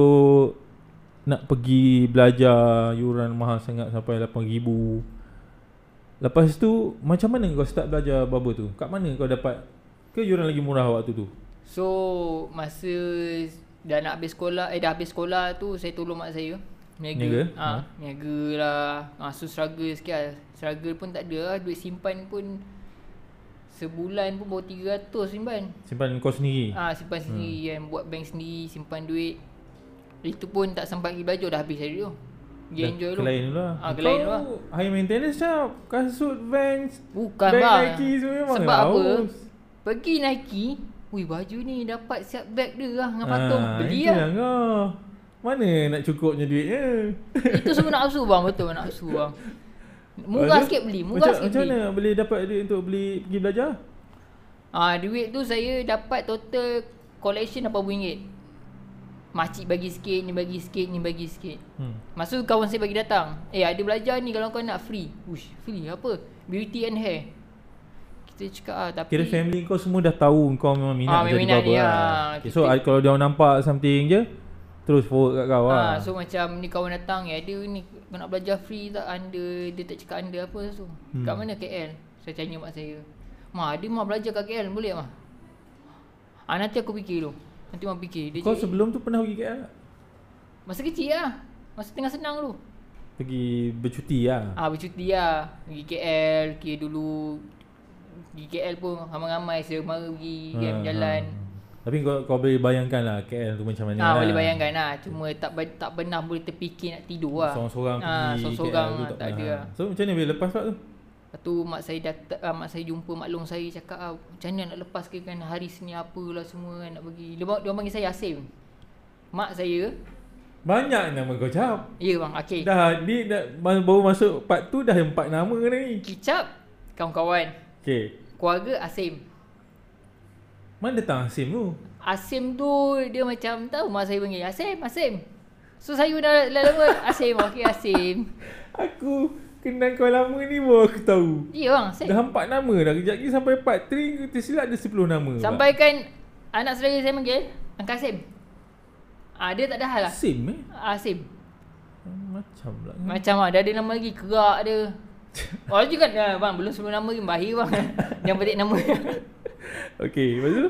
nak pergi belajar yuran mahal sangat sampai RM8,000. Lepas tu, macam mana kau start belajar barber tu? Kat mana kau dapat? Ke yuran lagi murah waktu tu?
So masa dah nak habis sekolah eh dah habis sekolah tu saya tolong mak saya.
Niaga? Hmm.
Niaga. Ah, ha, niaga lah. Ah, so struggle sikit lah. Struggle pun tak ada lah. Duit simpan pun sebulan pun baru 300 simpan.
Simpan kau sendiri?
Ah, ha, simpan sendiri
Hmm.
kan. Buat bank sendiri, simpan duit. Itu pun tak sempat pergi belajar dah habis hari tu. Dia
Dah
enjoy dulu.
Kelain dulu lah.
Ah, kelain dulu lah.
Kau high maintenance, Jap. Kasut, Vans,
Bukan
Bag
bang.
Nike semua memang
Sebab apa?
haus.
Pergi Nike, Ui baju ni dapat siap bag dia lah dengan patung.
Ah,
Beli
itu
lah.
lah kau. Mana nak cukupnya ya? duitnya?
Itu semua nafsu bang, betul nafsu bang. Murah sikit beli, murah
macam,
sikit
Macam
beli.
mana boleh dapat duit untuk beli pergi belajar?
Ah duit tu saya dapat total collection RM80. Makcik bagi sikit, ni bagi sikit, ni bagi sikit.
Hmm.
Masa tu kawan saya bagi datang. Eh ada belajar ni kalau kau nak free. Ush, free apa? Beauty and hair. Kita cakap ah tapi
Kira family kau semua dah tahu kau memang minat
Ah,
jadi
minat ni,
barber lah.
ah.
Okay, so
Kita-
ah, kalau dia orang nampak something je, terus forward kat kau lah.
Ha, so macam ni kawan datang ya ada ni kau nak belajar free tak anda dia tak cakap anda apa tu. Hmm. Kat mana KL? Saya tanya mak saya. Ma, ada mak belajar kat KL boleh tak, ma? Ah nanti aku fikir dulu. Nanti mak fikir. Dia
kau
cakap,
sebelum tu pernah pergi KL tak?
masa kecil lah. Masa tengah senang dulu.
Pergi bercuti lah.
Ah bercuti lah. Pergi KL, pergi dulu. Pergi KL pun ramai-ramai saya mara pergi
Ah,
ha, jalan.
ah. Tapi kau, kau boleh bayangkan lah KL tu macam mana
Ha,
lah.
boleh bayangkan lah. Cuma tak ba- tak pernah boleh terfikir nak tidur lah.
Seorang-seorang
Ah,
pergi
Seorang-seorang
KL tu
tak, tak ada
pernah.
lah.
So macam mana bila lepas tu?
Lepas Lepas tu mak saya datang, uh, mak saya jumpa mak long saya cakap ah, macam mana nak lepas ke kan hari sini apalah semua kan nak pergi. Dia, ba- dia orang panggil saya Asim. Mak saya,
Banyak nama kau cap.
ya bang, okey.
Dah ni dah, ma- baru masuk part tu dah empat nama dah ni.
Kicap, kawan-kawan.
Okey.
Keluarga Asim.
Mana datang Asim tu?
Asim tu dia macam tahu mak saya panggil Asim, Asim. So saya dah dah lama Asim, okey Asim.
Aku kenal kau lama ni baru aku tahu.
Ya bang, Asim.
Dah empat nama dah. Kejap lagi sampai part 3 kita silap ada 10 nama. pula.
Sampai kan anak saudara saya panggil Angkat Asim. Ah dia tak ada hal lah.
Asim eh?
Asim.
Macam lah.
Macam ah dah ada nama lagi kerak dia. Oh juga kan bang belum sebelum nama lagi bahir bang. Yang penting nama.
Okey, lepas tu?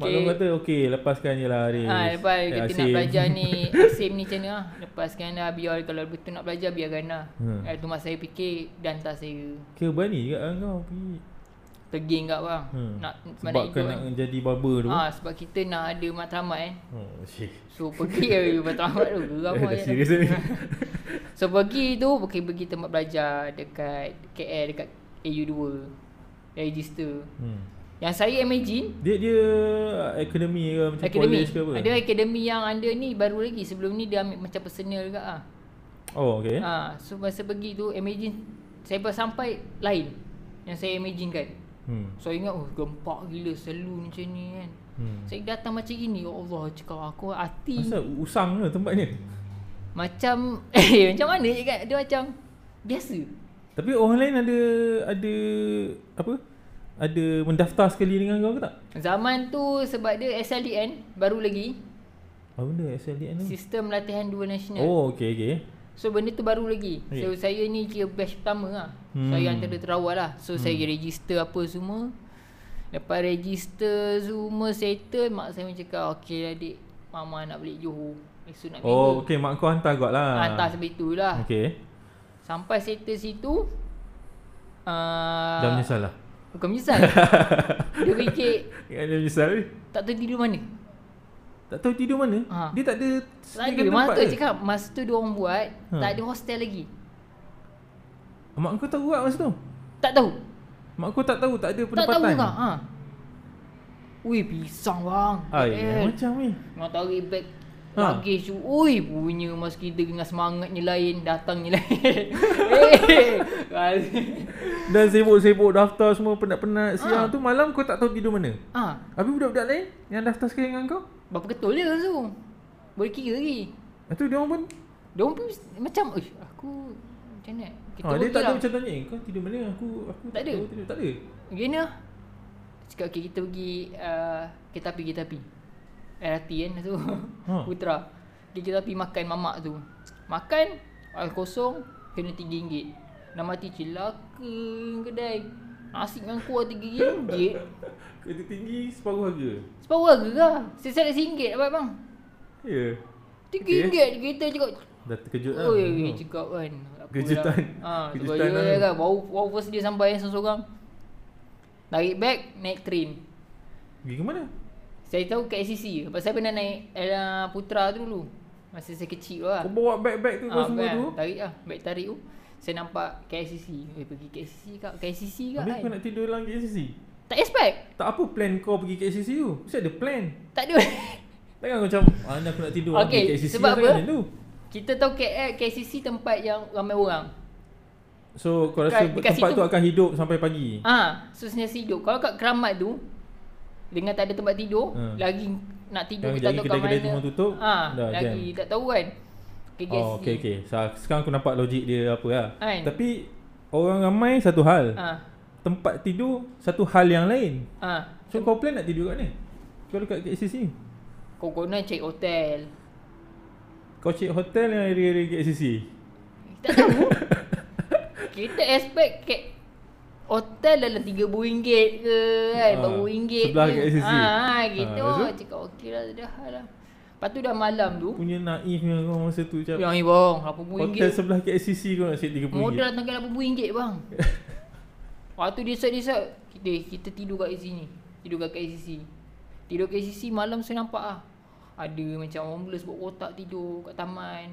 Mak
Okey.
Long kata, okey lepaskan je lah Haris.
ha, lepas
Eh,
kita
Asim.
nak belajar ni Asim ni macam mana lah. Lepaskan lah biar kalau betul nak belajar biarkan lah.
Hmm.
Hmm. tu masa saya fikir dan hantar saya.
Kira berani juga kan kau pergi.
Teging kat bang.
Hmm.
Nak
Sebab kau nak jadi barber tu.
eh? Ah ha, sebab kita nak ada matlamat kan.
Oh, shit.
So pergi je matlamat tu. Geram
Eh, dah
ayat tu.
serius ni.
So pergi tu pergi pergi tempat belajar dekat KL dekat AU2. Register.
Hmm.
Yang saya imagine
Dia dia akademi ke macam
Akademi
college ke apa?
Ada akademi yang under ni baru lagi Sebelum ni dia ambil macam personal juga ah.
Oh, okey.
Eh? Ha, so masa pergi tu imagine Saya pas sampai lain Yang saya imagine kan
Hmm.
So ingat oh gempak gila selalu macam ni kan
Hmm.
Saya datang macam gini Ya Allah cakap aku hati
Masa usang ke tempat ni?
Macam eh, Macam mana je kan Dia macam Biasa
Tapi orang lain ada ada apa? Ada mendaftar sekali dengan kau ke tak?
Zaman tu sebab dia SLDN Baru lagi
Apa benda SLDN tu?
Sistem latihan dua nasional
Oh, okey okey.
So benda tu baru lagi okay.
Okey.
So saya ni kira batch pertama lah hmm.
Hmm.
Saya antara terawal lah So hmm. saya register apa semua Lepas register semua settle Mak saya macam cakap Okay adik Mama nak balik Johor Esok nak
Oh,
okay.
okey mak kau hantar kau lah.
Hantar sebab tu lah okay.
Okey.
Sampai settle situ uh,
Dah
Ah.
menyesal lah.
Bukan menyesal Dia fikir
Ingat dia menyesal ni.
Tak tahu tidur mana
Tak tahu tidur mana?
Ha.
Dia tak ada
Tak
sediakan
ada Masa tu
ke?
cakap Masa tu dia Hmm. orang buat
Ha.
Tak ada hostel lagi
Mak kau tahu tak masa tu?
Tak tahu
Mak kau tak tahu, tak ada
Tak tahu
pendapatan.
kak. Ha. Ui pisang bang. Eh,
Ai,
KL.
Ah, ya, macam ni.
Nak tarik beg
eh. Ha.
ha. Luggage tu Ui punya mas kita dengan semangatnya lain Datangnya lain Eh
Dan sibuk-sibuk daftar semua penat-penat siang
Ha.
tu malam kau tak tahu tidur mana.
ha.
Habis budak-budak lain yang daftar sekali dengan kau?
Berapa ketul dia tu Boleh kira lagi
Lepas tu dia orang pun
Dia pun macam Uish aku Macam mana Kita
ha, dia
okey
tak tahu
lah.
macam tanya, kau tidur mana? Aku aku
Tak ada.
tahu tidur. Tak ada.
Gini lah Cakap okay, kita pergi uh, Kereta api Kereta api LRT kan tu
Ha.
ha. Putra okay, Kita pergi makan mamak tu Makan Air kosong Kena RM3 Dah mati celaka Kedai Nasi dengan kuah RM3
Kerja tinggi separuh harga.
Separuh harga lah Sesat RM1 dapat bang
Ya. Yeah.
RM3 okay. kita cakap
Dah terkejut
Oh
lah.
ya ya cakap kan Apa
Kejutan.
lah. ha,
Kejutan
Kejutan
lah.
lah kan. Baru, baru first dia sampai kan seorang Tarik bag Naik train
Pergi ke mana?
Saya tahu kat SCC Sebab saya pernah naik uh, Putra tu dulu Masa saya kecil tu lah
Kau bawa beg-beg tu kau
Ah,
semua
kan,
tu.
Tarik lah Baik tarik tu Saya nampak KSCC Eh pergi KSCC kak KSCC kak
Habis
kan
kau nak tidur dalam KCC?
Tak expect
Tak apa plan kau pergi KCC tu. Mesti ada plan.
Tak ada
Takkan kau macam, ah, ni aku nak tidur
Okey,
pergi KCC
sebab
lah,
apa?
takkan tu.
Kita tahu eh, KL, KSCC tempat yang ramai orang
So kau rasa
Dekat- dekat
tempat
situ-
tu akan hidup sampai pagi?
Ah, ha, So sentiasa hidup Kalau kat keramat tu Dengan tak ada tempat tidur
Ha.
Lagi nak tidur
Yang
kita tak
jadi
tahu kat
kedai-kedai
mana.
semua tutup,
ha,
dah
Lagi
jam.
tak tahu kan Okay,
Oh, okey okey. Sa- Sekarang aku nampak logik dia apa lah.
Kan?
Tapi orang ramai satu hal.
ha,
Tempat tidur satu hal yang lain.
ha.
So kau plan nak tidur kat mana? Kau dekat KCC?
Kau kena cek hotel
Kau cek hotel yang area-area KCC?
Tak tahu. Kita expect kat hotel dalam RM30 ke kan,
Ha,
baru RM40
sebelah
ke.
kat SCC.
Ha, gitu.
Ha,
Ha,
lepas tu?
cakap okey lah, dah hal lah. Lepas tu dah malam tu.
Punya naifnya kau masa tu cap.
Yang ni bang,
Hotel
RM80.
sebelah KCC kau nak cek RM30.
Modal datang kat RM80 bang. Lepas tu decide-decide, kita, kita tidur kat sini. Tidur kat KCC. Tidur kat KCC malam saya nampak ah. Ada macam homeless buat kotak tidur kat taman.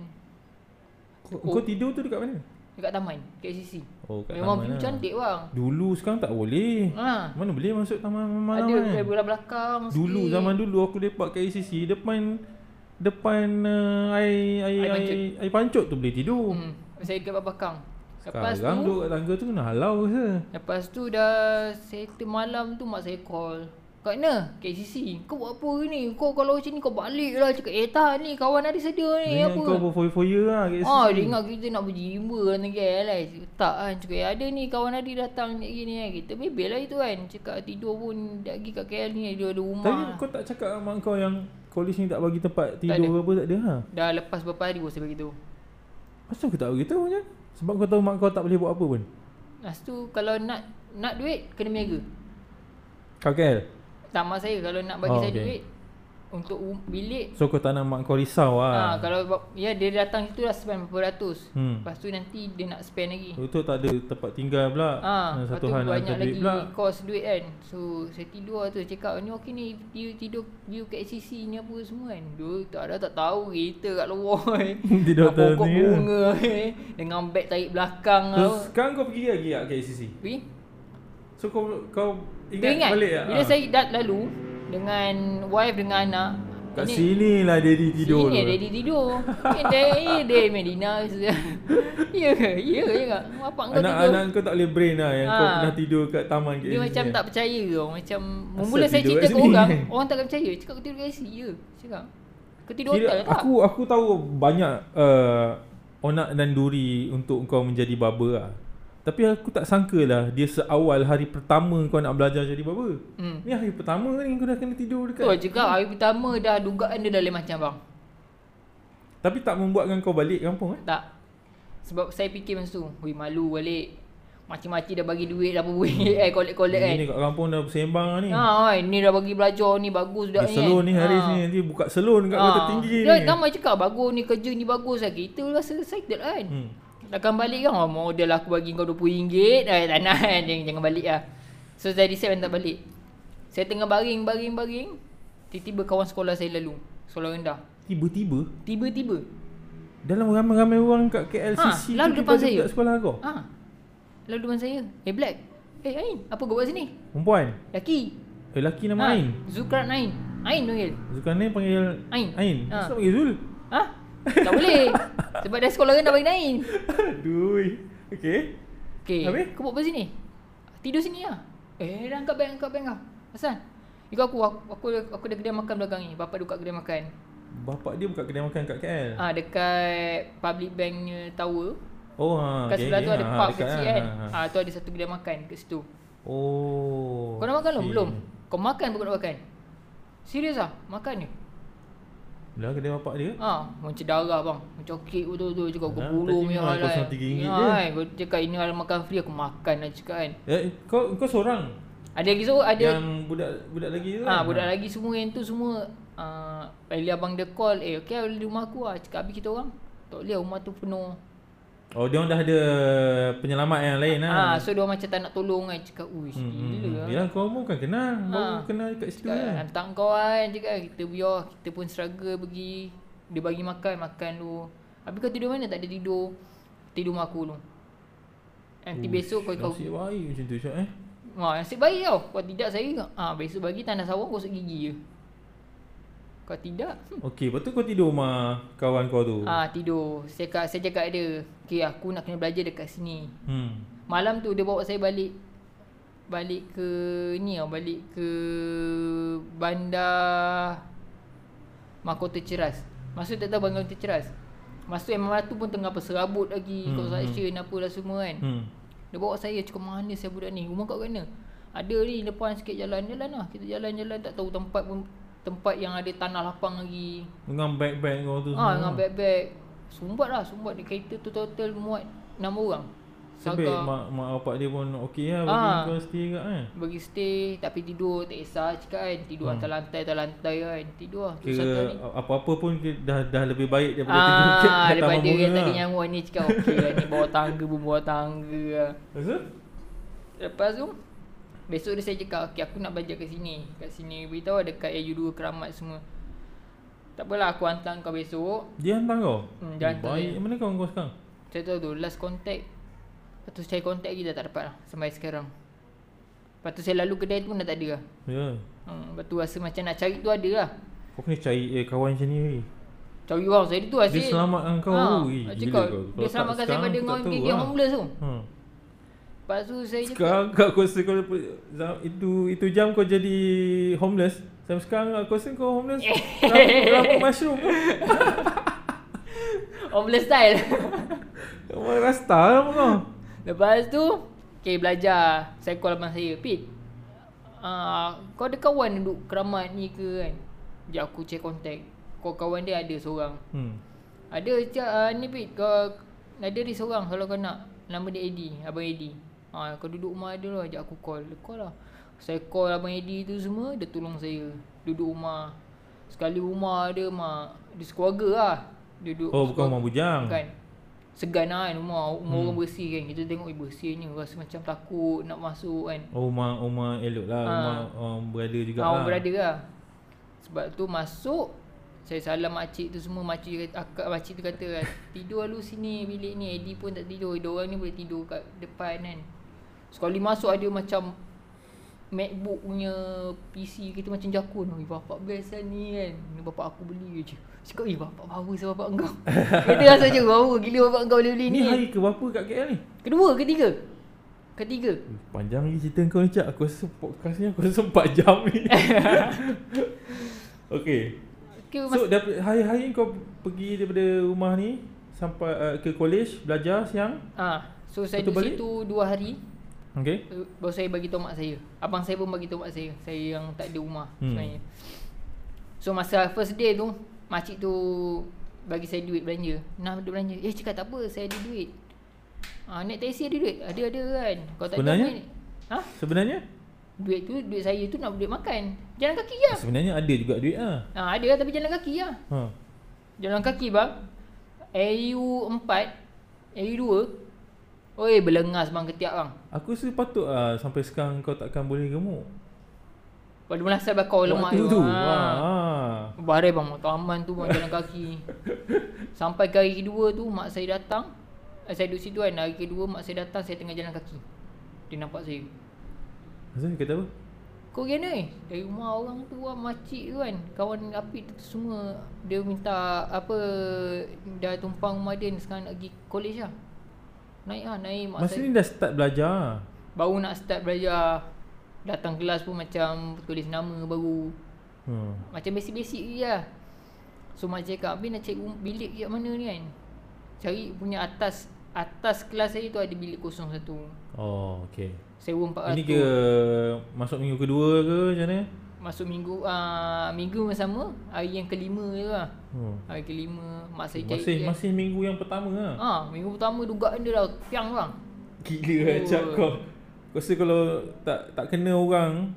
Kau, kau tidur tu dekat mana?
Dekat taman KCC
Oh, kat
Memang
taman
view
lah.
cantik bang
Dulu sekarang tak boleh.
Ha.
Mana boleh masuk taman mana
Ada
mana.
kamera belakang
kan? Dulu
sikit.
zaman dulu aku lepak kat ACC depan depan uh, air air
Air
air,
pancut.
air pancut tu boleh tidur.
hmm, Saya dekat belakang Lepas
Sekarang
tu
duduk kat tangga tu kena halau je.
Lepas tu dah Settle malam tu mak saya call Kat mana? KCC Kau buat apa ni? Kau kalau macam ni kau balik lah Cakap eh tak ni kawan ada sedia ni
Dia ingat
Eh, apa
kau berfoya-foya lah kat ACC.
Ah, dia ingat kita nak berjimba kan dengan KLS. Tak kan. Cakap, eh, ada ni kawan Adi datang ni gini kan. Kita bebel lah itu kan. Cakap tidur pun dah pergi kat KL ni. Dia ada rumah.
Tapi kau tak cakap dengan mak kau yang college ni tak bagi tempat tidur
ada.
ke apa tak ada ha.
Dah lepas berapa hari pun saya beritahu.
Pasal aku tak beritahu je. Sebab kau tahu mak kau tak boleh buat apa pun.
Lepas tu kalau nak nak duit, kena meniaga.
Kau KL.
Sama saya kalau nak bagi
Oh,
saya
okay.
duit. Untuk um- bilik.
So kau tak nak mak kau risau
Ha,
lah. Ha,
kalau bab- ya dia datang situ lah spend berapa ratus.
Hmm.
Lepas tu nanti dia nak spend lagi.
Betul tak ada tempat tinggal
Ah,
pula. Dan
lepas
satu
tu
hal nak
banyak
hantar duit
lagi
pula.
kos duit kan. So saya tidur lah tu cakap ni okey ni dia tidur view kat CC ni apa semua kan. Dia tak ada tak tahu kereta kat luar. eh.
Tidur
Nak
atas
pokok
ni,
bunga eh. dengan beg tarik belakang
Terus
Terus,
sekarang kau pergi lagi tak ke ACC?
Tapi
So kau kau
dia
ingat,
ingat
balik tak?
bila
Ah.
saya dah lalu dengan wife dengan anak
Kat
ini-
sini lah daddy tidur
Sini
tu.
dia tidur. Eh, dia eh, dia Medina. Ya, ya je kak. Apa kau
Anak,
tidur?
anak kau tak boleh brain lah yang kau
Ah.
pernah tidur kat taman kat
Dia
sini
macam
kan.
tak percaya tau Macam Mula saya
tidur
cerita
kat
ke
sini?
orang Orang takkan percaya Cakap kau tidur kat AC Ya Cakap Kau tidur
Kira,
hotel tak
aku kan? aku tahu banyak uh, onak dan duri untuk kau menjadi barber lah. Tapi aku tak sangka lah dia seawal hari pertama kau nak belajar jadi barber.
Hmm.
Ni hari pertama ni kau dah kena tidur
Tu lah
dekat.
cakap Hari pertama dah dugaan dia dah lain macam bang
Tapi tak membuatkan kau balik kampung eh.
Tak Sebab saya fikir masa tu Wih malu balik Macam-macam dah bagi duit Dah berbuih Eh kolek-kolek kan
Ini kat kampung dah bersembang lah ni.
Ha oi, ni dah bagi belajar ni bagus
Di
dah ni.
salon ni hari
Ha.
ni nanti buka salon kat
Ah,
Kota Tinggi
Dia
ni.
ramai cakap bagus ni kerja ni bagus lah. Kita rasa excited lah kan.
Hmm.
Hmm. Takkan balik kan oh, model aku bagi kau RM20 eh, tak nak kan jangan, jangan balik lah. So saya decide tak balik. Saya tengah baring baring baring tiba-tiba kawan sekolah saya lalu. Sekolah rendah.
Tiba-tiba
Tiba-tiba.
dalam ramai-ramai orang kat
Ha, lalu
KLCC tu
depan
tiba-tiba
saya.
kat sekolah kau.
Ha. Lalu depan saya. Eh Black. Eh Ain, apa kau buat sini?
Perempuan.
Laki.
Eh lelaki
Ah.
nama Ain.
Zulkarnain. Ain. Ain panggil.
Zulkarnain panggil
Ain.
Ain.
Ha.
Ha. panggil Zul.
Ha? Tak boleh. Sebab dah sekolah rendah bagi Ain.
Aduh. Okey.
Okay.
Habis?
Kau buat apa sini? Tidur sini lah. Eh, dah angkat beg, angkat beg kau. Hasan. Ikut aku, aku, aku, aku ada kedai makan belakang ni. Bapak duduk kat kedai makan.
Bapak dia buka kedai makan kat KL.
Ah, dekat public banknya tower.
Oh ha.
Kat
okey,
sebelah tu
okey.
ada
Ha,
pub
dekat
kecil
lah.
kan.
Ha, ha.
Ah, tu ada satu kedai makan kat situ.
Oh.
Kau nak makan belum?
okey.
Belum. Kau makan pun kau nak makan. Serius ah? Makan ni.
Dah kedai bapak dia.
Ah, macam darah bang. Macam kek betul-betul cakap kau
Alah,
pulung
Ah, tadi
punya
memang
hal kan.
RM03
Ya,
je.
kan. Kau cakap ini hal makan free aku makan lah cakap kan.
Eh, kau kau seorang
Ada lagi so ada
yang budak budak lagi tu.
Ah,
kan?
budak lagi semua yang tu semua uh, Bila abang dia call Eh okay boleh rumah aku lah Cakap habis kita orang Tak boleh rumah tu penuh
Oh, dia orang dah ada penyelamat yang lain lah.
ah, So dia orang macam tak nak tolong kan Cakap uish
Hmm, hmm,
gila
hmm.
lah
Yalah kau pun kan kenal Baru
Ha.
kenal kat situ
Cakap
kan
hantar kau kan Cakap kita biar Kita pun struggle pergi Dia bagi makan Makan dulu Habis kau tidur mana tak ada tidur Tidur rumah aku dulu Nanti besok kau kau
Oh, Nasib baik macam tu Syah eh
Wah, nasib baik tau Kalau tidak saya ah, Besok bagi tanah sawah gosok gigi je Kalau tidak hmm.
Okey, lepas tu kau tidur rumah kawan kau tu
Ah tidur. Saya cakap, saya cakap dia, "Okay, aku nak kena belajar dekat sini."
Hmm
Malam tu dia bawa saya balik balik ke ni ah, balik ke bandar Mahkota Ceras. Masa tu tak tahu bandar Mahkota Ceras. Masa tu memang tu pun tengah apa serabut lagi,
Hmm,
hmm, construction hmm. apalah semua kan.
Hmm
Dia bawa saya cakap mana saya budak ni Rumah kat mana Ada ni depan sikit jalan-jalan lah Kita jalan-jalan tak tahu tempat pun Tempat yang ada tanah lapang lagi
Dengan bag-bag kau tu
Ah,
semua.
dengan beg-beg Sumbat lah Sumbat di kereta tu total muat 6 orang
Sebab
Saga
mak, mak bapak dia pun okey
Ah.
lah bagi kau stay kat kan
Bagi stay Tak pergi tidur Tak kisah cakap kan Tidur atas lantai Atas lantai kan Tidur lah tu satu
Hmm. Kira
hari
apa-apa pun dia dah, dah lebih baik daripada tidur kat
Ah,
kat
daripada
taman bunga
yang tadi
lah.
nyawa ni cakap okey lah ni bawah tangga pun bawah tangga lah.
Lepas tu?
Lepas tu Besok dia saya cakap Okay aku nak belajar kat sini Kat sini beritahu lah ada kat AU2 keramat semua Tak apalah aku hantar kau besok
Dia hantar kau?
Hmm, dia hantar
baik.
dia.
Mana kawan kau sekarang?
Saya tahu tu last contact Lepas tu saya contact lagi dah tak dapat lah Sampai sekarang Lepas tu saya lalu kedai tu pun dah tak ada lah
Ya.
hmm, Lepas tu rasa macam nak cari tu ada lah
Kau kena cari eh, kawan macam ni weh.
Cari orang saya tu asyik
Dia selamatkan kau. Ui,
asyik
gila
kau,
kau. Kalau
Dia
tak
selamatkan saya
sekarang,
pada
aku tak
dengan
tahu
dia, dia
lah.
homeless tu
Hmm.
Lepas tu saya cakap
Sekarang kau aku rasa kau dapat zam- itu itu jam kau jadi homeless. Sampai sekarang aku rasa kau homeless. Rambut, rambut mushroom.
Homeless style
Kau rasta lah rambut kau.
Lepas tu Okay belajar Saya call abang saya Pit uh, Kau ada kawan duduk keramat ni ke kan Sekejap aku check contact Kau kawan dia ada seorang
Hmm.
Ada cak uh, ni Pit kau ada ni seorang kalau kau nak. Nama dia Eddie, abang Eddie. Ha, kau duduk rumah dia lah, ajak aku call. Dia call lah. Saya call abang Eddie tu semua, dia tolong saya. Duduk rumah. Sekali rumah dia mak, dia sekeluarga lah. Dia duduk
Oh, bukan rumah bujang.
Bukan. Segan lah kan rumah, rumah hmm. orang bersih kan. Kita tengok eh, bersihnya, rasa macam takut nak masuk kan.
Oh, rumah rumah elok lah.
Ah.
Rumah um, berada juga
Ah,
lah.
orang berada lah. Sebab tu masuk saya salam makcik tu semua makcik kata- akak makcik tu kata kan tidur lah lu sini bilik ni Eddie pun tak tidur dia orang ni boleh tidur kat depan kan sekali masuk ada macam MacBook punya PC kita macam jakun Ih bapak best lah ni kan Ni bapak aku beli je Cakap eh bapak power sama bapak engkau Kita rasa macam power gila bapak engkau boleh beli
Ini
ni
hari ke berapa kat KL ni?
Kedua ketiga Ketiga
Eh, Panjang lagi cerita kau ni Cak Aku rasa podcast ni Aku rasa 4 jam ni Okay
okay,
So dap- hari-hari kau pergi daripada rumah ni Sampai uh, ke college Belajar siang
Ah, so saya
Lepas tu
duduk
balik?
situ dua hari.
Okay
Eh, Baru saya bagi tahu mak saya. Abang saya pun bagi tahu mak saya. Saya yang tak ada rumah hmm.
Hmm.
sebenarnya. So masa first day tu, makcik tu bagi saya duit belanja. Nah, dia belanja. Eh, cakap tak apa, saya ada duit. Ah, naik taxi ada duit. Ada ada kan. Kalau tak
Sebenarnya?
ada duit. Ha?
Sebenarnya
Duit tu, duit saya tu nak duit makan. Jalan kaki lah.
Sebenarnya ada juga duit lah
Ah, ada lah tapi jalan kaki lah.
ha.
Jalan kaki bang. AU4, AU2. Oi, belengas bang ketiak bang.
Aku rasa patut lah Sampai sekarang kau takkan boleh gemuk
Pada menasar bakau lemak
Waktu tu ha.
Ha.
Ha.
Barai bang mak taman tu bang jalan kaki. Sampai ke hari kedua tu mak saya datang. Eh, Saya duduk situ kan. Hari kedua mak saya datang saya tengah jalan kaki. Dia nampak saya.
Maksudnya kata apa?
Kau pergi mana eh? Dari rumah orang tu lah makcik tu kan. Kawan api tu semua dia minta apa dah tumpang rumah dia ni sekarang nak pergi college lah. Naik lah naik mak
Masa
saya.
ni dah start belajar lah.
Baru nak start belajar. Datang kelas pun macam tulis nama baru.
hmm.
Macam basic-basic je lah So mak cakap Habis nak cek rum- bilik kat mana ni kan Cari punya atas Atas kelas saya tu ada bilik kosong satu
Oh okay
Sewa empat
Ini ke Masuk minggu kedua ke macam mana?
Masuk minggu uh, Minggu yang sama Hari yang kelima je lah
Hmm.
Hari kelima Mak saya cari
Oh, Masih masih minggu yang pertama lah
ha, Minggu pertama dugaan dia dah Piang bang
Gila lah Cak kau Kau rasa kalau tak tak kena orang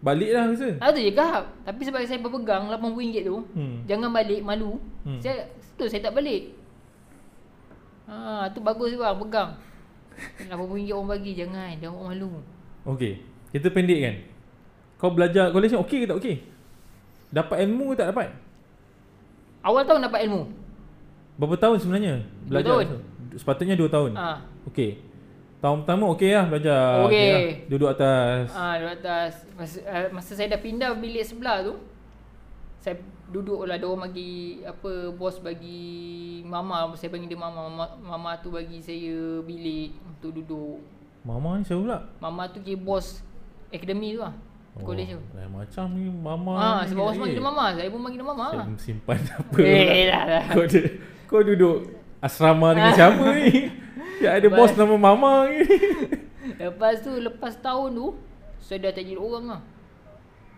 Balik lah rasa
Ah tu je kahap Tapi sebab saya berpegang RM80 tu
Hmm.
Jangan balik malu
Hmm.
Saya tu saya tak balik Ah tu bagus bang pegang RM80 orang bagi jangan Jangan buat malu
Okay Kita pendek kan Kau belajar college ni okey ke tak okey? Dapat ilmu ke tak dapat?
Awal tahun dapat ilmu
Berapa tahun sebenarnya?
tahun.
tu? Sepatutnya 2 tahun
Ah
Okey Tahun pertama okey lah belajar
Okey.
lah. Duduk atas
ah di atas masa, ah, masa saya dah pindah bilik sebelah tu Saya duduk lah dia orang bagi apa bos bagi mama saya panggil dia mama mama, mama tu bagi saya bilik untuk duduk
Mama ni siapa pula?
Mama tu kira bos akademi tu lah oh. College tu
lain macam ni Mama
Ah,
ni
sebab orang
lain.
semua panggil dia mama, saya pun panggil dia mama.
Saya
lah.
simpan apa
Eh, dah, dah.
Kau, ada, kau duduk asrama
Ah.
dengan siapa ni? Ya ada bos nama mama ni.
Lepas tu, lepas tahun tu, saya dah tak jadi orang lah.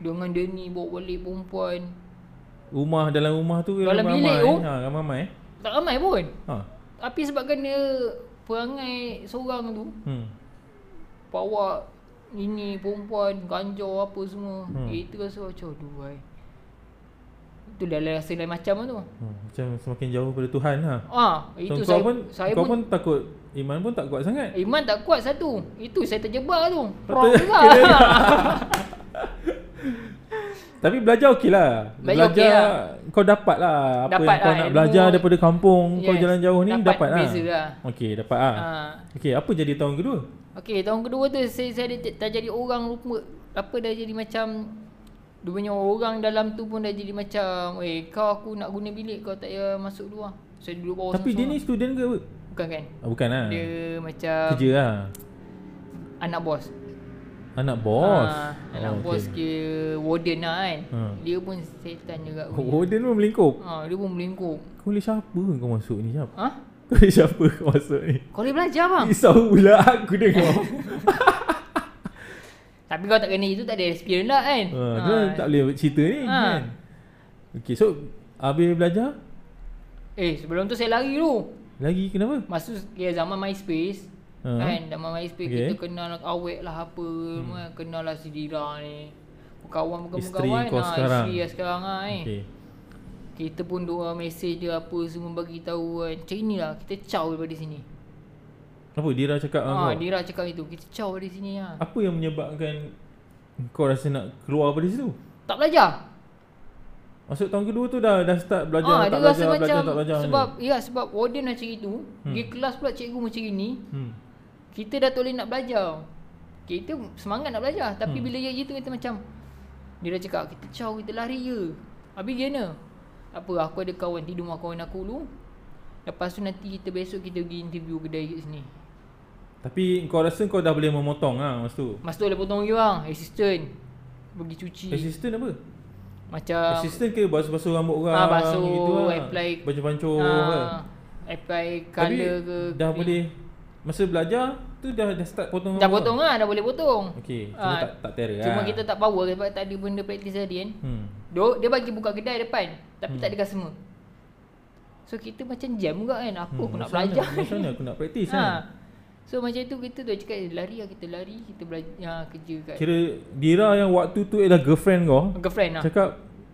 Dengan dia ni bawa balik perempuan.
Rumah dalam rumah tu
Dalam
ramai-
bilik oh.
ramai,
tu?
Ha, ramai-ramai eh.
Tak ramai pun.
Ha.
Tapi sebabkan dia perangai seorang tu,
Hmm.
bawa ini perempuan, ganjau apa semua. Hmm.
Hmm.
Itu rasa macam, aduh hai. Itu dah lain- rasa lain macam lah tu.
hmm. Macam semakin jauh pada Tuhan ha.
Ah, itu
so,
saya,
kau pun
saya
kau
pun,
pun, takut iman pun tak kuat sangat.
Iman tak kuat satu. Itu saya terjebak tu. Prop
Patut-
juga.
Tapi belajar okey lah.
Belajar okey
kau dapat lah apa
Dapat
yang kau
lah,
nak
ilmu.
belajar daripada kampung kau
Yes,
jalan jauh ni
dapat
dapat, lah.
beza lah.
Okey, dapat ah.
Ha.
Okey, apa jadi tahun kedua?
Okey, tahun kedua tu saya, saya dah, dah jadi orang rupa apa dah jadi macam dia punya orang dalam tu pun dah jadi macam eh kau aku nak guna bilik kau tak payah masuk luar. Saya duduk bawah
Tapi dia ni student ke? apa?
bukan kan.
Ah, bukan lah.
Oh, Dia macam
Kerja lah.
anak bos.
Anak bos.
Ah, anak
Oh,
bos
okey.
dia warden lah kan.
Ha.
Dia pun setan juga.
Oh, Warden pun melingkup.
Ha, dia pun melingkup.
Kau boleh siapa kau masuk ni, Syap?
Ha?
Kau boleh siapa kau masuk ni?
Kau boleh belajar bang.
Risau pula aku dengar.
Tapi kau tak kena itu tak ada experience lah kan.
Ha, dia tak boleh cerita ni
Ha.
kan. Okey, so habis belajar
Eh sebelum tu saya lari dulu.
lagi kenapa?
Masa tu, ya, zaman MySpace
Ha.
Kan zaman MySpace
Okay.
okay. kita kenal awet lah apa hmm. kan kenal lah si Dira ni. Kawan bukan
Isteri
kawan
kau sekarang.
isteri yang sekarang lah eh. Okay.
Okey.
Kita pun doa mesej dia apa semua bagi tahu kan. Macam inilah kita caw daripada sini.
Apa Dira cakap dengan
Ha,
kau?
Dira cakap itu kita caw dari sini lah.
Apa yang menyebabkan kau rasa nak keluar dari situ?
Tak belajar.
Maksud tahun kedua tu dah dah start belajar
Ah,
tak
dia
belajar,
rasa
belajar,
macam
tak belajar
sebab
je.
ya sebab warden macam itu, hmm. dia kelas pula cikgu macam ini,
hmm.
kita dah tak boleh nak belajar. Kita semangat nak belajar tapi hmm. bila dia gitu kita macam dia dah cakap kita caw kita lari je. Habis gimana? Apa aku ada kawan tidur dengan kawan aku dulu. Lepas tu nanti kita besok kita pergi interview kedai kat sini.
Tapi kau rasa kau dah boleh memotong ah masa tu.
Masa tu dia potong lagi bang, assistant. Pergi cuci.
Assistant apa?
macam
Assistant ke basuh-basuh rambut orang
Um, ah basuh,
gitu lah.
apply
Bancuh-bancuh
ah,
ke.
apply
Tapi
color ke.
dah
cream.
boleh masa belajar tu dah dah start potong
Dah
rambut
potong lah, dah boleh potong.
Okey, cuma tak- tak terror
Cuma
lah.
kita tak power sebab tak ada benda praktis tadi kan.
Hmm.
Dia, dia bagi buka kedai depan tapi tak ada customer. So kita macam jam juga kan. Apa aku nak
Hmm, macam mana-
belajar
Macam mana aku nak praktis ha.
ha.
kan?
So macam tu kita tu cakap eh, lari lah kita lari kita belajar ha, kerja kat
Kira Dira yang waktu tu adalah girlfriend kau.
girlfriend lah.
Cakap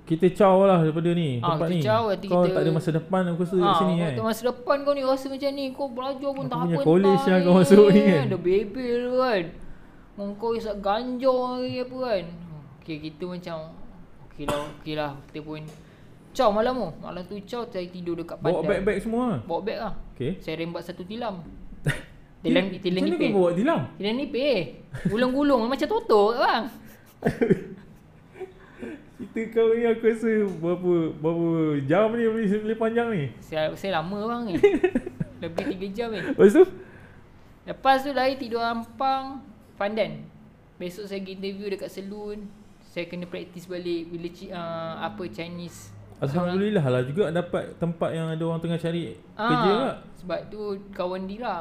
kita caw lah daripada ni
Ah,
tempat
kita
ni.
caw, nanti
kau
kita-
tak ada masa depan aku rasa kat sini
kau
kan.
tu Ha, masa depan kau ni rasa macam ni kau belajar pun
Aku
tak
punya
apa
college
entah
yang kau masuk ni kan.
Ada bebel kan. Dengan Kau isap ganja lagi apa kan. Okey kita macam okey lah okey lah kita pun Caw malam tu. Malam tu caw saya tidur dekat
Bawa
pantai.
bag-bag semua. lah.
Bawa bag lah.
Okey.
Saya rembat satu tilam. tilam tilam
Macam mana
nipis.
kau bawa tilam?
Tilam nipis. Gulung-gulung macam toto kat bang.
Cerita kau ni aku rasa berapa berapa jam ni boleh, boleh panjang ni.
Saya saya lama bang ni. Lebih 3 jam ni.
Lepas tu
Lepas tu lari tidur ampang Pandan Besok saya pergi interview dekat saloon Saya kena practice balik Bila ci, uh, apa Chinese
Alhamdulillah lah juga dapat tempat yang ada orang tengah cari
Ah,
kerja lah.
Sebab tu kawan lah. Dira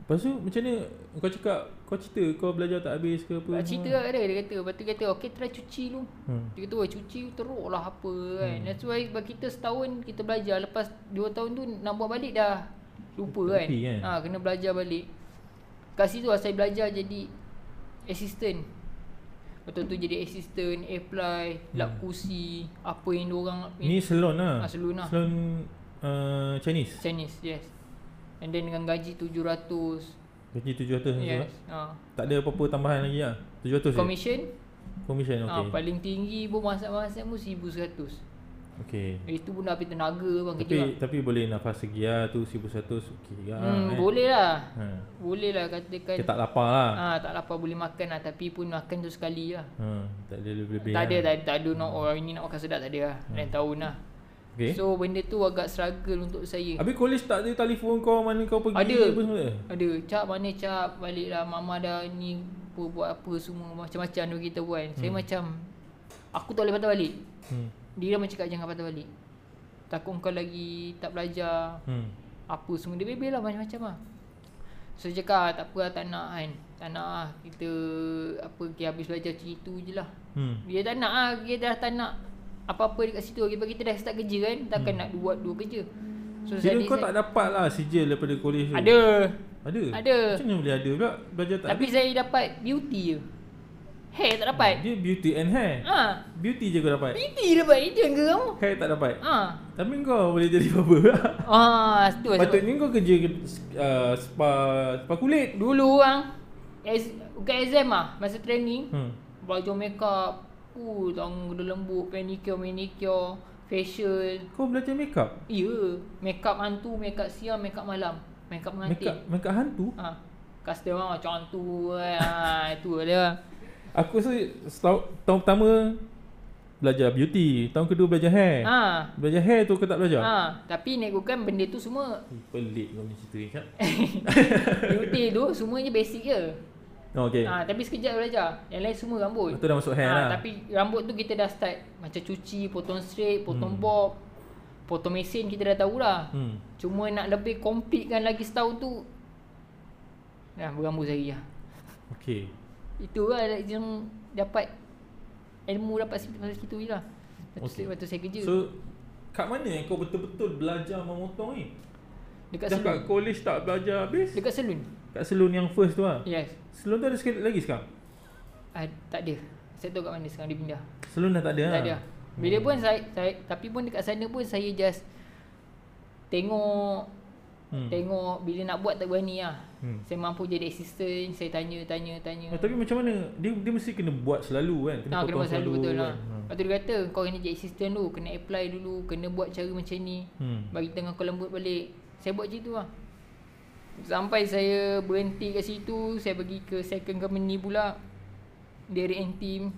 Lepas tu macam mana kau cakap kau cerita kau belajar tak habis ke apa?
Sebab
semua?
cerita lah. kat dia Dia kata Lepas tu dia kata Okay try cuci dulu
Hmm.
Dia kata "Oi, cuci teruk lah apa kan That's why sebab kita setahun Kita belajar Lepas dua tahun tu Nak buat balik dah Lupa kan,
Tepi kan?
Ha, Kena belajar balik Kat situ lah saya belajar jadi Assistant Lepas tu jadi assistant Apply Lap kursi Apa yang diorang
Hmm. Ni salon lah.
Ah, salon lah.
Salon uh, Chinese.
Chinese yes And then dengan gaji 700
Gaji 700 yes.
Yes ha.
lah. Tak ada apa-apa tambahan lagi lah. 700 je.
Commission
Commission
okay.
okey.
ha, Paling tinggi pun masak-masak pun 1100
Okey.
Itu pun dah habis tenaga bang
Tapi
kerja bang.
tapi boleh nafas segi lah tu 1100 okey lah.
Hmm,
eh.
boleh lah.
Ha.
Boleh lah katakan.
Kita tak lapar lah.
Ah, tak lapar boleh makan lah tapi pun makan tu sekali lah.
Ha. Tak ada lebih-lebih.
Tak ada,
lah.
tak ada, tak ada nak orang ini nak makan sedap tak ada lah.
Hmm.
Lain tahun lah.
Okey. So,
So benda tu agak struggle untuk saya.
Habis college tak ada telefon kau mana kau pergi
Ada.
apa semua tak ada?
Ada, cap mana cap, balik lah mama dah ni apa, buat apa semua macam-macam tu kita buat. Kan. Saya macam, aku tak boleh patah balik.
Hmm.
Dia macam cakap jangan patah balik. Takut kau lagi tak belajar.
Hmm.
Apa semua dia bebel lah macam-macam lah So dia cakap "Ah, tak apa lah tak nak kan Tak nak lah kita apa kita habis belajar macam itu je lah
Hmm.
Dia tak nak lah dia dah tak nak apa-apa dekat situ Sebab kita dah start kerja kan Takkan nak buat dua kerja So
Hmm. Kira
jadi
kau tak dapat lah sijil daripada college tu.
Ada
Ada.
Ada.
Macam mana boleh ada pula belajar tak
Tapi saya dapat beauty je Hair tak dapat
ada? Dia beauty and hair.
Ha
Beauty je kau dapat.
Beauty dapat itu yang ke kamu
Hair tak dapat.
Ha
Tapi kau boleh jadi apa-apa.
Ah, tu lah sebab-
Patutnya kau kerja ke- uh, spa spa kulit.
Dulu orang ex, Bukan exam lah Masa training
Hmm.
Belajar makeup aku Tangan gula lembut, pedicure, manicure, facial
Kau belajar makeup?
Ya, yeah. makeup hantu, makeup siang, makeup malam Makeup
Makeup,
mengantin
makeup hantu?
ha. Customer macam hantu eh. ha, Itu dia
Aku rasa setahun, tahun pertama belajar beauty, tahun kedua belajar hair. Ha.
ha.
Belajar hair tu kau tak belajar? Ha.
ha. Tapi nak gunakan benda tu semua
Pelik kau ni cerita ni Kak.
Beauty tu semuanya basic je
Oh, okay.
ha,
Ha.
Tapi sekejap belajar Yang lain semua rambut
Lepas tu dah masuk hair ha, lah.
ha, Tapi rambut tu kita dah start Macam cuci, potong straight, potong hmm. bob Potong mesin kita dah tahu lah hmm.
Hmm.
Cuma nak lebih complete kan lagi setahun tu Dah berambut sehari lah
Okay.
Itu lah yang dapat Ilmu dapat situ- masa situ je lah Lepas tu,
Okey.
okay. saya kerja
So, kat mana yang kau betul-betul belajar memotong ni?
Dekat
Dah kat
salon
college tak belajar habis?
Dekat Ya. salon
Kat salon yang first tu lah.
Yes
Salon tu ada sikit lagi sekarang?
ah, Tak ada Saya tahu kat mana sekarang dia pindah
Salon dah tak ada
Tak
lah.
ada. Bila pun saya, saya tapi pun dekat sana pun saya just tengok
Hmm.
hmm. tengok bila nak buat tak berani lah. Hmm.
Hmm.
Saya mampu jadi assistant, saya tanya tanya tanya.
Oh, tapi macam mana? Dia dia mesti kena buat selalu kan? Kena
Ha, kena
potong
buat selalu betul lah.
kan?
Lepas tu dia kata kau kena jadi assistant dulu, kena apply dulu, kena buat cara macam ni.
Hmm.
Bagi tangan kau lembut balik. Saya buat macam tu lah. Sampai saya berhenti kat situ, saya pergi ke second company pula. Dari team.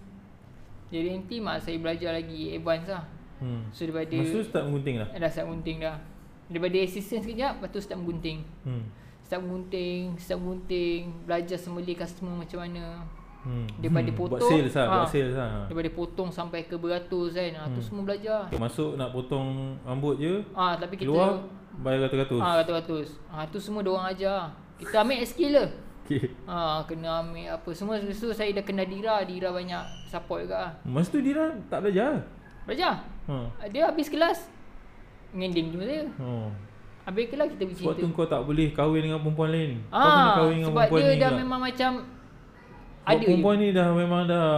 Dari team ah saya belajar lagi advance lah.
Hmm.
So daripada
Masa tu start menggunting lah.
Dah start gunting dah Daripada assistant sekejap Lepas tu start menggunting
Hmm.
Start menggunting Start menggunting Belajar sembelih customer macam mana
Hmm.
Daripada
hmm.
potong
Buat sales lah, ha. buat
ah,
sales lah. Ha.
Daripada potong sampai ke beratus kan ha,
Hmm.
Tu semua belajar
Masuk nak potong rambut je,
Ah, Tapi kita
keluar bayar ratus-ratus.
Ah, ratus-ratus ah, Tu semua diorang ajar Kita ambil skill lah
Okay.
Ah, kena ambil apa semua Lepas tu saya dah kena Dira Dira banyak support juga lah
Masa tu Dira tak belajar.
Belajar
Ha.
Dia habis kelas Ngending cuma saya
Oh.
Habis kelas kita
Sebab
bercerita
tu kau tak boleh kahwin dengan perempuan lain. Kau kena
Ah,
kahwin dengan
sebab
perempuan
dia
ni
dah
pula.
memang macam
Sebab
ada.
perempuan ni dah memang dah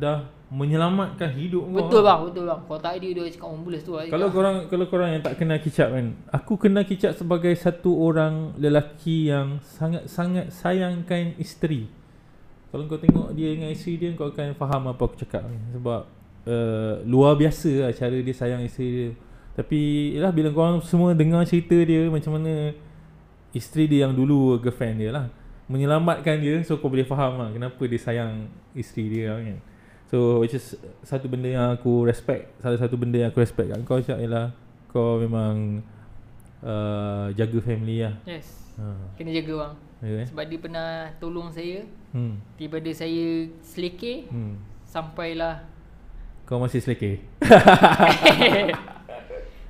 dah menyelamatkan hidup kau.
Betul
lah.
bang, betul bang. Kalau tak ada dia cakap orang bulus tu lah.
Kalau korang kalau korang yang tak kenal kicap kan. Aku kenal kicap sebagai satu orang lelaki yang sangat-sangat sayangkan isteri. Kalau kau tengok dia dengan isteri dia kau akan faham apa aku cakap ni sebab uh, luar biasa lah cara dia sayang isteri dia. Tapi yalah bila korang semua dengar cerita dia macam mana isteri dia yang dulu girlfriend dia lah menyelamatkan dia so kau boleh faham lah kenapa dia sayang isteri dia lah kan. So which is satu benda yang aku respect salah satu benda yang aku respect kat kau Syak ialah kau memang uh, jaga family lah.
Yes.
Ha.
Kena jaga bang.
Ya, eh?
Sebab dia pernah tolong saya
Hmm.
daripada saya seleke
Hmm.
sampailah
Kau masih selekeh.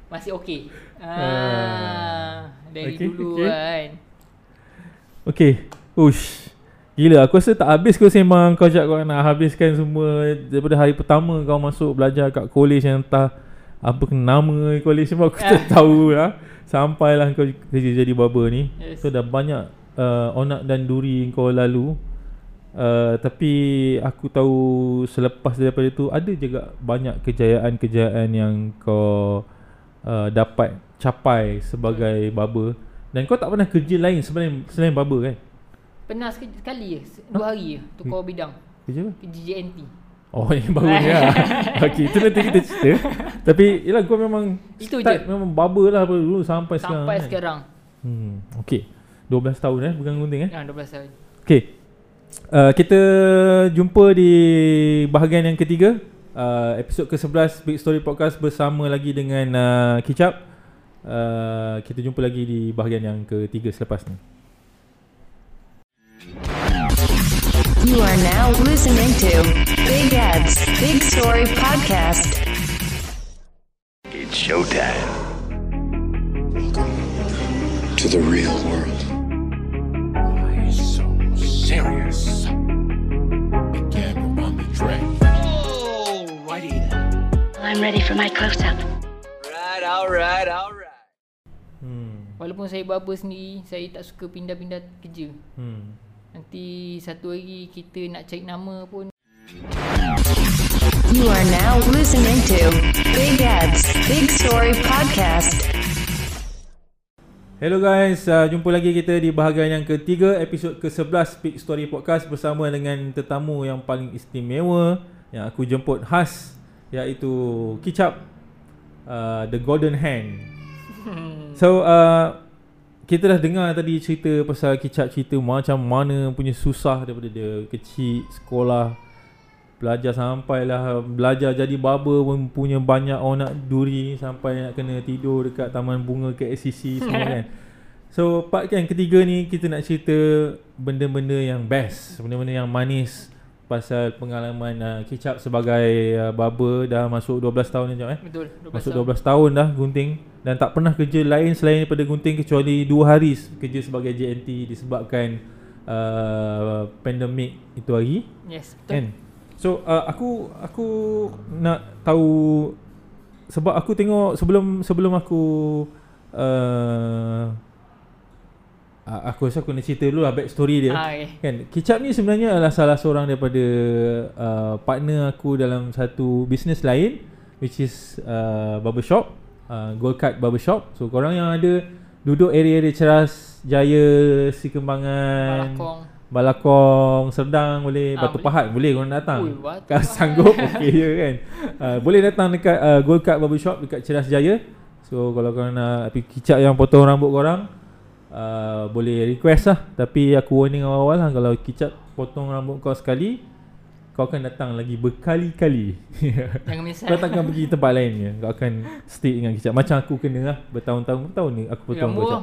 masih okey.
Ah.
Ah, dari
Okey,
dulu
okey.
kan.
Okay Ush Gila aku rasa tak habis kau sembang Kau cakap kau nak habiskan semua Daripada hari pertama kau masuk belajar kat college yang entah Apa nama college semua aku tak tahu lah Sampailah kau kerja jadi barber ni
Yes.
yes. So dah banyak uh, onak dan duri kau lalu uh, Tapi aku tahu selepas daripada tu Ada juga banyak kejayaan-kejayaan yang kau uh, dapat capai sebagai barber Dan kau tak pernah kerja lain selain, selain barber kan?
Pernah sekali, sekali je, se- dua hari je tukar
Hmm.
bidang.
Kerja apa?
Kerja JNT.
Oh yang baru ni lah Okay itu nanti kita cerita Tapi yelah kau memang
Itu je.
start Memang barber lah daripada dulu sampai sekarang
Sampai
kan?
sekarang.
hmm, Okay 12 tahun eh pegang gunting eh
Nah, 12 Ah, tahun.
Okay uh, Kita jumpa di bahagian yang ketiga uh, Episod ke-11 Big Story Podcast bersama lagi dengan uh, Kicap uh, Kita jumpa lagi di bahagian yang ketiga selepas ni
You are now listening to Big Ads, Big Story Podcast.
It's showtime.
Welcome to the real world.
Why so serious? It can be on the track.
I'm ready for my close up.
Hmm,
Walaupun saya barber sendiri, saya tak suka pindah-pindah kerja.
hmm.
Nanti satu hari kita nak cari nama pun
You are now listening to Big Ads, Big Story Podcast.
Hello guys, uh, jumpa lagi kita di bahagian yang ketiga Episod ke-11 Big Story Podcast Bersama dengan tetamu yang paling istimewa yang aku jemput khas iaitu kicap uh, The Golden Hand. So uh, kita dah dengar tadi cerita pasal kicap cerita macam mana punya susah daripada dia kecil sekolah belajar sampailah belajar jadi barber pun punya banyak orang nak duri sampai nak kena tidur dekat taman bunga KSCC semua kan. So part yang ketiga ni kita nak cerita benda-benda yang best, benda-benda yang manis pasal pengalaman uh, kicap sebagai uh, barber dah masuk 12 tahun ni jap eh.
Betul. 12
Masuk
tahun.
12 tahun dah gunting dan tak pernah kerja lain selain daripada gunting kecuali 2 hari s- kerja sebagai JNT disebabkan uh, pandemik itu hari
Yes. Betul.
kan. So uh, aku aku nak tahu sebab aku tengok sebelum sebelum aku uh, a- aku rasa aku nak cerita dulu lah back story dia.
Ah, okay.
Kan Kicap ni sebenarnya adalah salah seorang daripada uh, partner aku dalam satu bisnes lain which is uh, barbershop, uh, Gold Card Barbershop. So korang yang ada duduk area-area Ceras, Jaya, Sikembangan,
Balakong.
Balakong, Serdang boleh,
Ah,
Batu
boleh.
Pahat boleh korang datang.
Ui, Batu
Kalau
Pahat.
sanggup okey je kan. Uh, boleh datang dekat uh, Gold Card Barbershop dekat Ceras Jaya. So kalau korang nak pi- kicap yang potong rambut korang uh, boleh request lah tapi aku warning awal-awal lah kalau kicap potong rambut kau sekali kau akan datang lagi berkali-kali.
Jangan menyesal.
kau takkan pergi tempat lain je. Kau akan stay dengan kicap. Macam aku kena lah bertahun-tahun. Berapa tahun ni aku potong
Lama
kicap?
lah.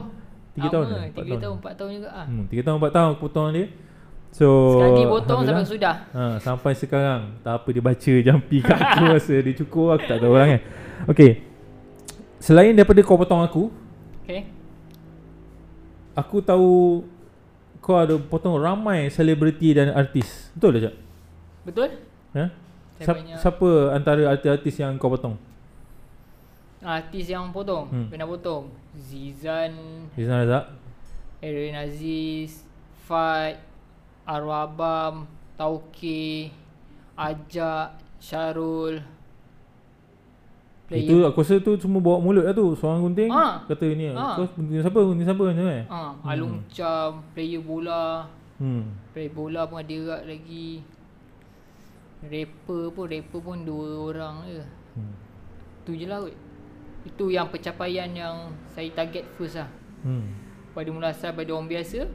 Tiga
Lama,
tahun lah? Empat
Tiga tahun, empat tahun juga ah.
Hmm, 3 tahun 4 tahun aku potong dia. So
Sekali potong
Alhamdulillah.
sampai sudah.
Ha, sampai sekarang tak apa dia baca jampi kat aku rasa dia cukur aku tak tahu lah kan. Okey. Selain daripada kau potong aku,
Okay.
aku tahu kau ada potong ramai selebriti dan artis. Betul tak, Cak?
Betul?
Ha?
Saya
Siap,
banyak-
siapa antara artis-artis yang kau potong?
Artis yang potong,
Hmm.
hmm. pernah potong. Zizan,
Rizal Razak,
Aaron Aziz, Fat, Arwah Abam, Tauke, Ajak, Syarul.
Itu aku rasa tu semua bawa mulut lah tu. Seorang gunting
Ah.
kata ni.
Ah.
Kau gunting siapa? Gunting siapa macam kan. mana?
ha, Alung Cham, player bola,
Hmm.
player bola pun ada kat lagi. Rapper pun, rapper pun dua orang je.
Hmm.
Tu je lah kot. Itu yang pencapaian yang saya target first lah.
Hmm.
Pada mula asal pada orang biasa,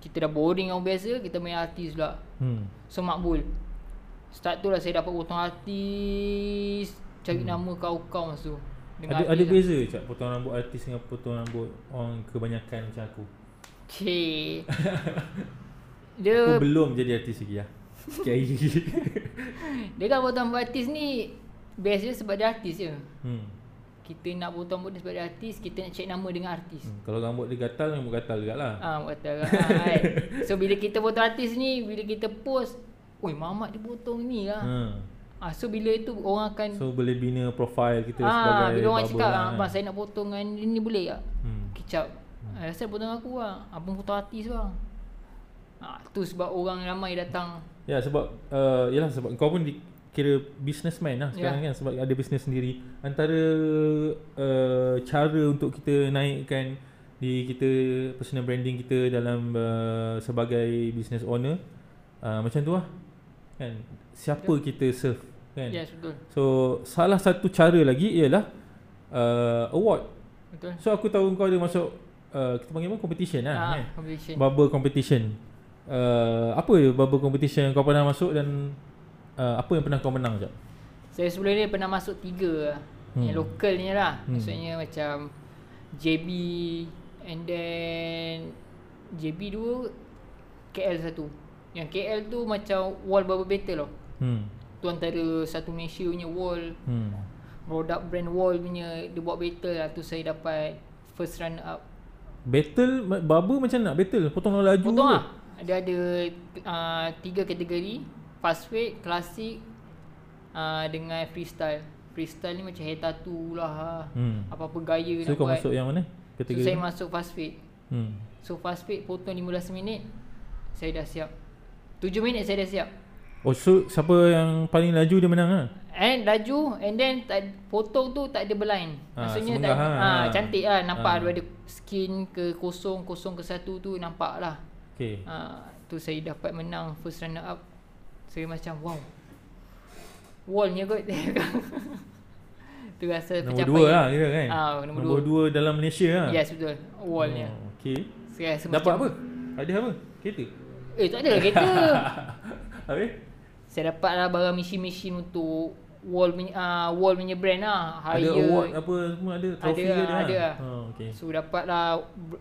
kita dah boring orang biasa, kita main artis pula.
Hmm.
So makbul Start tu lah saya dapat potong artis Cari hmm. nama kau-kau masa tu
Ada ada
artis lah.
beza cak potong rambut artis dengan potong rambut orang kebanyakan macam aku.
Okay
Aku
Dia
belum jadi artis lagi lah. Sikit lagi.
Dia kan potong rambut artis ni Best dia sebab dia artis je
hmm.
Kita nak potong rambut dia sebab dia artis Kita nak cek nama dengan artis
hmm. Kalau rambut dia gatal, rambut gatal juga lah.
Ah, buat kata ah, kan. So bila kita potong artis ni Bila kita post Oi Mamat dia potong ni lah
Hmm.
ah, So bila itu orang akan
So boleh bina profil kita
ah,
sebagai
Bila orang
barber
cakap
lah,
lah,
kan.
Abang saya nak potong dengan ni, ni boleh tak
Hmm.
Kicap hmm. Rasa potong aku lah Abang potong hati seorang ha, Tu sebab orang ramai datang
Ya sebab uh, Yelah sebab kau pun dikira businessman lah sekarang
Ya.
kan Sebab ada bisnes sendiri Antara uh, cara untuk kita naikkan di kita personal branding kita dalam uh, sebagai business owner uh, Macam tu lah kan Siapa kita serve kan
Yes betul
So salah satu cara lagi ialah uh, award
Betul
So aku tahu kau ada masuk uh, Kita panggil apa? Competition lah
Ah,
kan
competition
Barber competition uh, Apa je barber competition yang kau pernah masuk dan uh, Apa yang pernah kau menang sekejap?
Saya sebelum ni pernah masuk tiga
Hmm.
hmm. Yang lokal ni lah
Hmm.
hmm. Maksudnya macam JB And then JB dua KL satu Yang KL tu macam wall barber battle tau
Hmm
Tu antara satu Malaysia punya wall
Hmm
Product brand wall punya Dia buat battle lah Tu saya dapat First run up
Battle, ma- barber macam nak battle? Potong laju
Potong
ke?
lah Dia ada uh, Tiga kategori Fast weight Classic uh, Dengan freestyle Freestyle ni macam hair tattoo lah
Hmm.
Apa-apa gaya nak
So kau
buat
masuk yang mana?
So
Kategori
saya
ni?
masuk fast weight
hmm.
So fast weight potong 15 minit Saya dah siap 7 minit saya dah siap
Oh so siapa yang paling laju dia menang lah?
And laju And then tak, Potong tu tak ada berline
Ah,
Maksudnya tak,
semenggah lah.
ha, Cantik lah Nampak
Ah.
daripada skin ke kosong Kosong ke satu tu Nampak lah Ah,
Okay
ha, Tu saya dapat menang First runner up Saya macam wow Wallnya kot Tu rasa
Nombor
pencapaian.
dua lah kira kan
Ah, nombor,
Nombor
dua.
dua dalam Malaysia lah
Yes betul ya. Wallnya
oh, Okay
Saya rasa
Dapat apa?
macam-
Ada apa? Kereta?
Eh tak ada kereta
Habis?
Saya dapat lah barang mesin-mesin untuk wall punya, uh, wall punya brand lah.
Ada
Higher.
award apa semua ada? Trofi
Ada
ke
lah, ada lah.
Oh, okay.
So dapat lah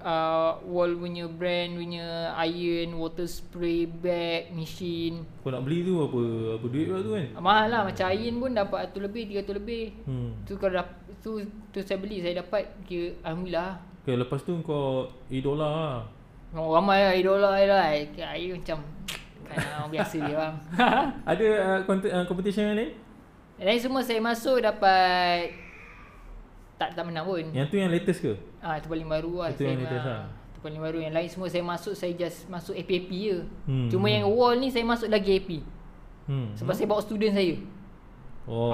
uh, wall punya brand punya iron, water spray, bag, mesin.
Kau nak beli tu apa apa duit lah tu kan?
Mahal lah macam iron pun dapat 100 lebih, 300 lebih.
Hmm.
Tu kalau dap, tu, tu saya beli, saya dapat kira Alhamdulillah lah.
Okay, lepas tu kau idola lah.
Orang ramai lah, idola lah. Kira Iron macam kan orang biasa dia bang.
Ada uh, kont- uh, competition yang lain?
Hmm. Dan lain semua saya masuk dapat tak tak menang pun.
Yang tu yang latest ke?
Ah, itu paling baru lah.
Ya. Itu yang
saya
latest
mah-
lah.
Itu paling baru. Yang lain semua saya masuk, saya just masuk APAP je.
Hmm,
Hmm. Cuma
hmm.
yang wall ni saya masuk lagi AP.
Hmm.
Sebab saya bawa student saya.
Oh.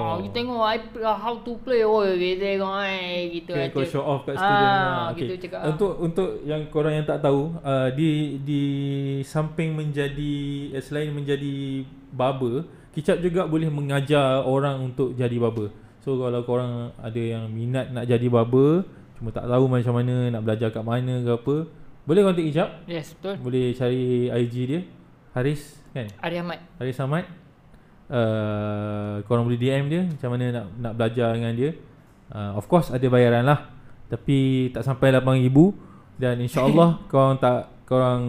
Oh. Ah, kita tengok I, how to play. Oh, kita tengok eh. Kita
Okay, kau
ajar.
show off kat
Ah,
student
Kita cakap. ah.
Untuk untuk yang korang yang tak tahu, uh, di di samping menjadi eh, selain menjadi barber, Kicap juga boleh mengajar orang untuk jadi barber. So kalau korang ada yang minat nak jadi barber, cuma tak tahu macam mana nak belajar kat mana ke apa, boleh kontak Kicap.
Yes, betul.
Boleh cari IG dia Haris kan?
Ari Ahmad.
Haris Ahmad uh, Korang boleh DM dia Macam mana nak, nak belajar dengan dia uh, Of course ada bayaran lah Tapi tak sampai RM8,000 Dan insyaAllah korang tak Korang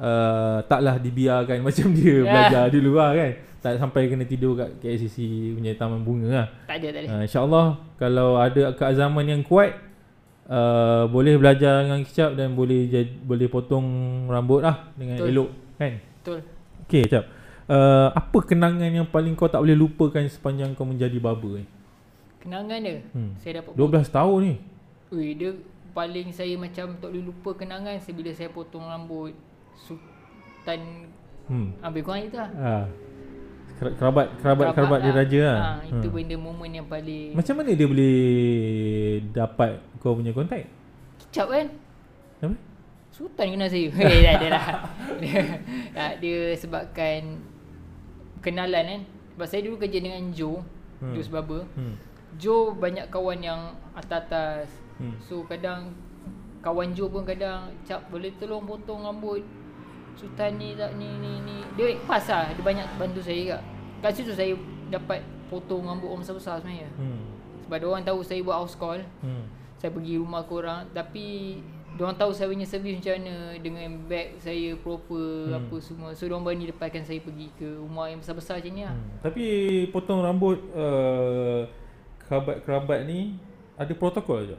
uh, Taklah dibiarkan macam
Ya.
dia belajar dulu lah kan Tak sampai kena tidur kat KLCC punya taman bunga lah
Tak ada, tak ada.
Uh, InsyaAllah kalau ada keazaman yang kuat uh, Boleh belajar dengan kicap dan boleh jad, boleh potong rambut lah dengan Betul.
Betul.
elok kan
Betul.
Okay kicap uh, Apa kenangan yang paling kau tak boleh lupakan sepanjang kau menjadi barber ni?
Kenangan dia.
Hmm.
Hmm. Saya dapat
12 tahun ni
Ui, dia paling saya macam tak boleh lupa kenangan saya bila saya potong rambut Sultan
hmm.
Habis korang itu lah.
uh, Kerabat kerabat kerabat dia raja lah
Ha, itu
Hmm.
benda momen yang paling
Macam mana dia boleh dapat kau punya kontak?
kicap kan.
Apa?
Sultan kenal saya. Eh, tak ada lah. dia, tak, dia sebabkan kenalan kan. Sebab saya dulu kerja dengan Joe.
Hmm.
Hmm. Joe sebaba.
Hmm.
Joe banyak kawan yang atas-atas.
Hmm.
Hmm. So kadang kawan Joe pun kadang cap boleh tolong potong rambut Sultan ni tak ni ni ni. Dia pas lah. Dia banyak bantu saya juga. Kat situ saya dapat potong rambut orang besar-besar sebenarnya.
Hmm.
Sebab dia orang tahu saya buat house call.
Hmm.
Saya pergi rumah korang Tapi Diorang tahu saya punya servis macam mana Dengan bag saya proper hmm.
Hmm.
Apa semua So diorang berani lepaskan saya pergi ke rumah yang besar-besar macam ni lah
Hmm. Tapi potong rambut uh, kerabat-kerabat ni ada protokol je.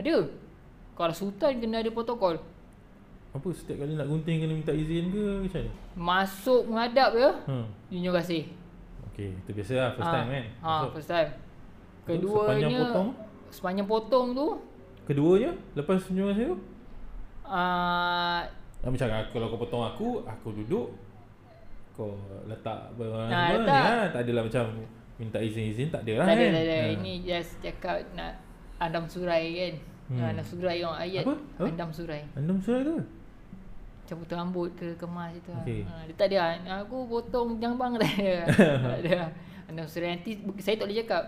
Ada Kalau sultan kena ada protokol
Apa setiap kali nak gunting kena minta izin ke macam mana?
Masuk menghadap ya
Hmm.
Junior kasih
Okey, itu biasa lah first
Ah,
time kan.
ha,
Masuk.
First time
Tu
Keduanya
sepanjang potong?
Sepanjang potong tu
Keduanya lepas senyum saya tu
uh,
ah, macam aku, kalau kau potong aku, aku duduk kau letak barang
Ah,
semua
letak.
ni lah. Tak adalah macam minta izin-izin tak ada lah
Tak ada
kan.
tak ada
Ah.
Ini just cakap nak Andam surai kan
Hmm.
Andam surai orang ayat
Apa? Apa?
Andam surai
Andam surat tu?
Macam potong rambut ke kemas je tu lah.
Okey.
ha, Dia tak ada lah. Aku potong jang bang tak ada Tak ada lah. Anak surai nanti bu- Saya tak boleh cakap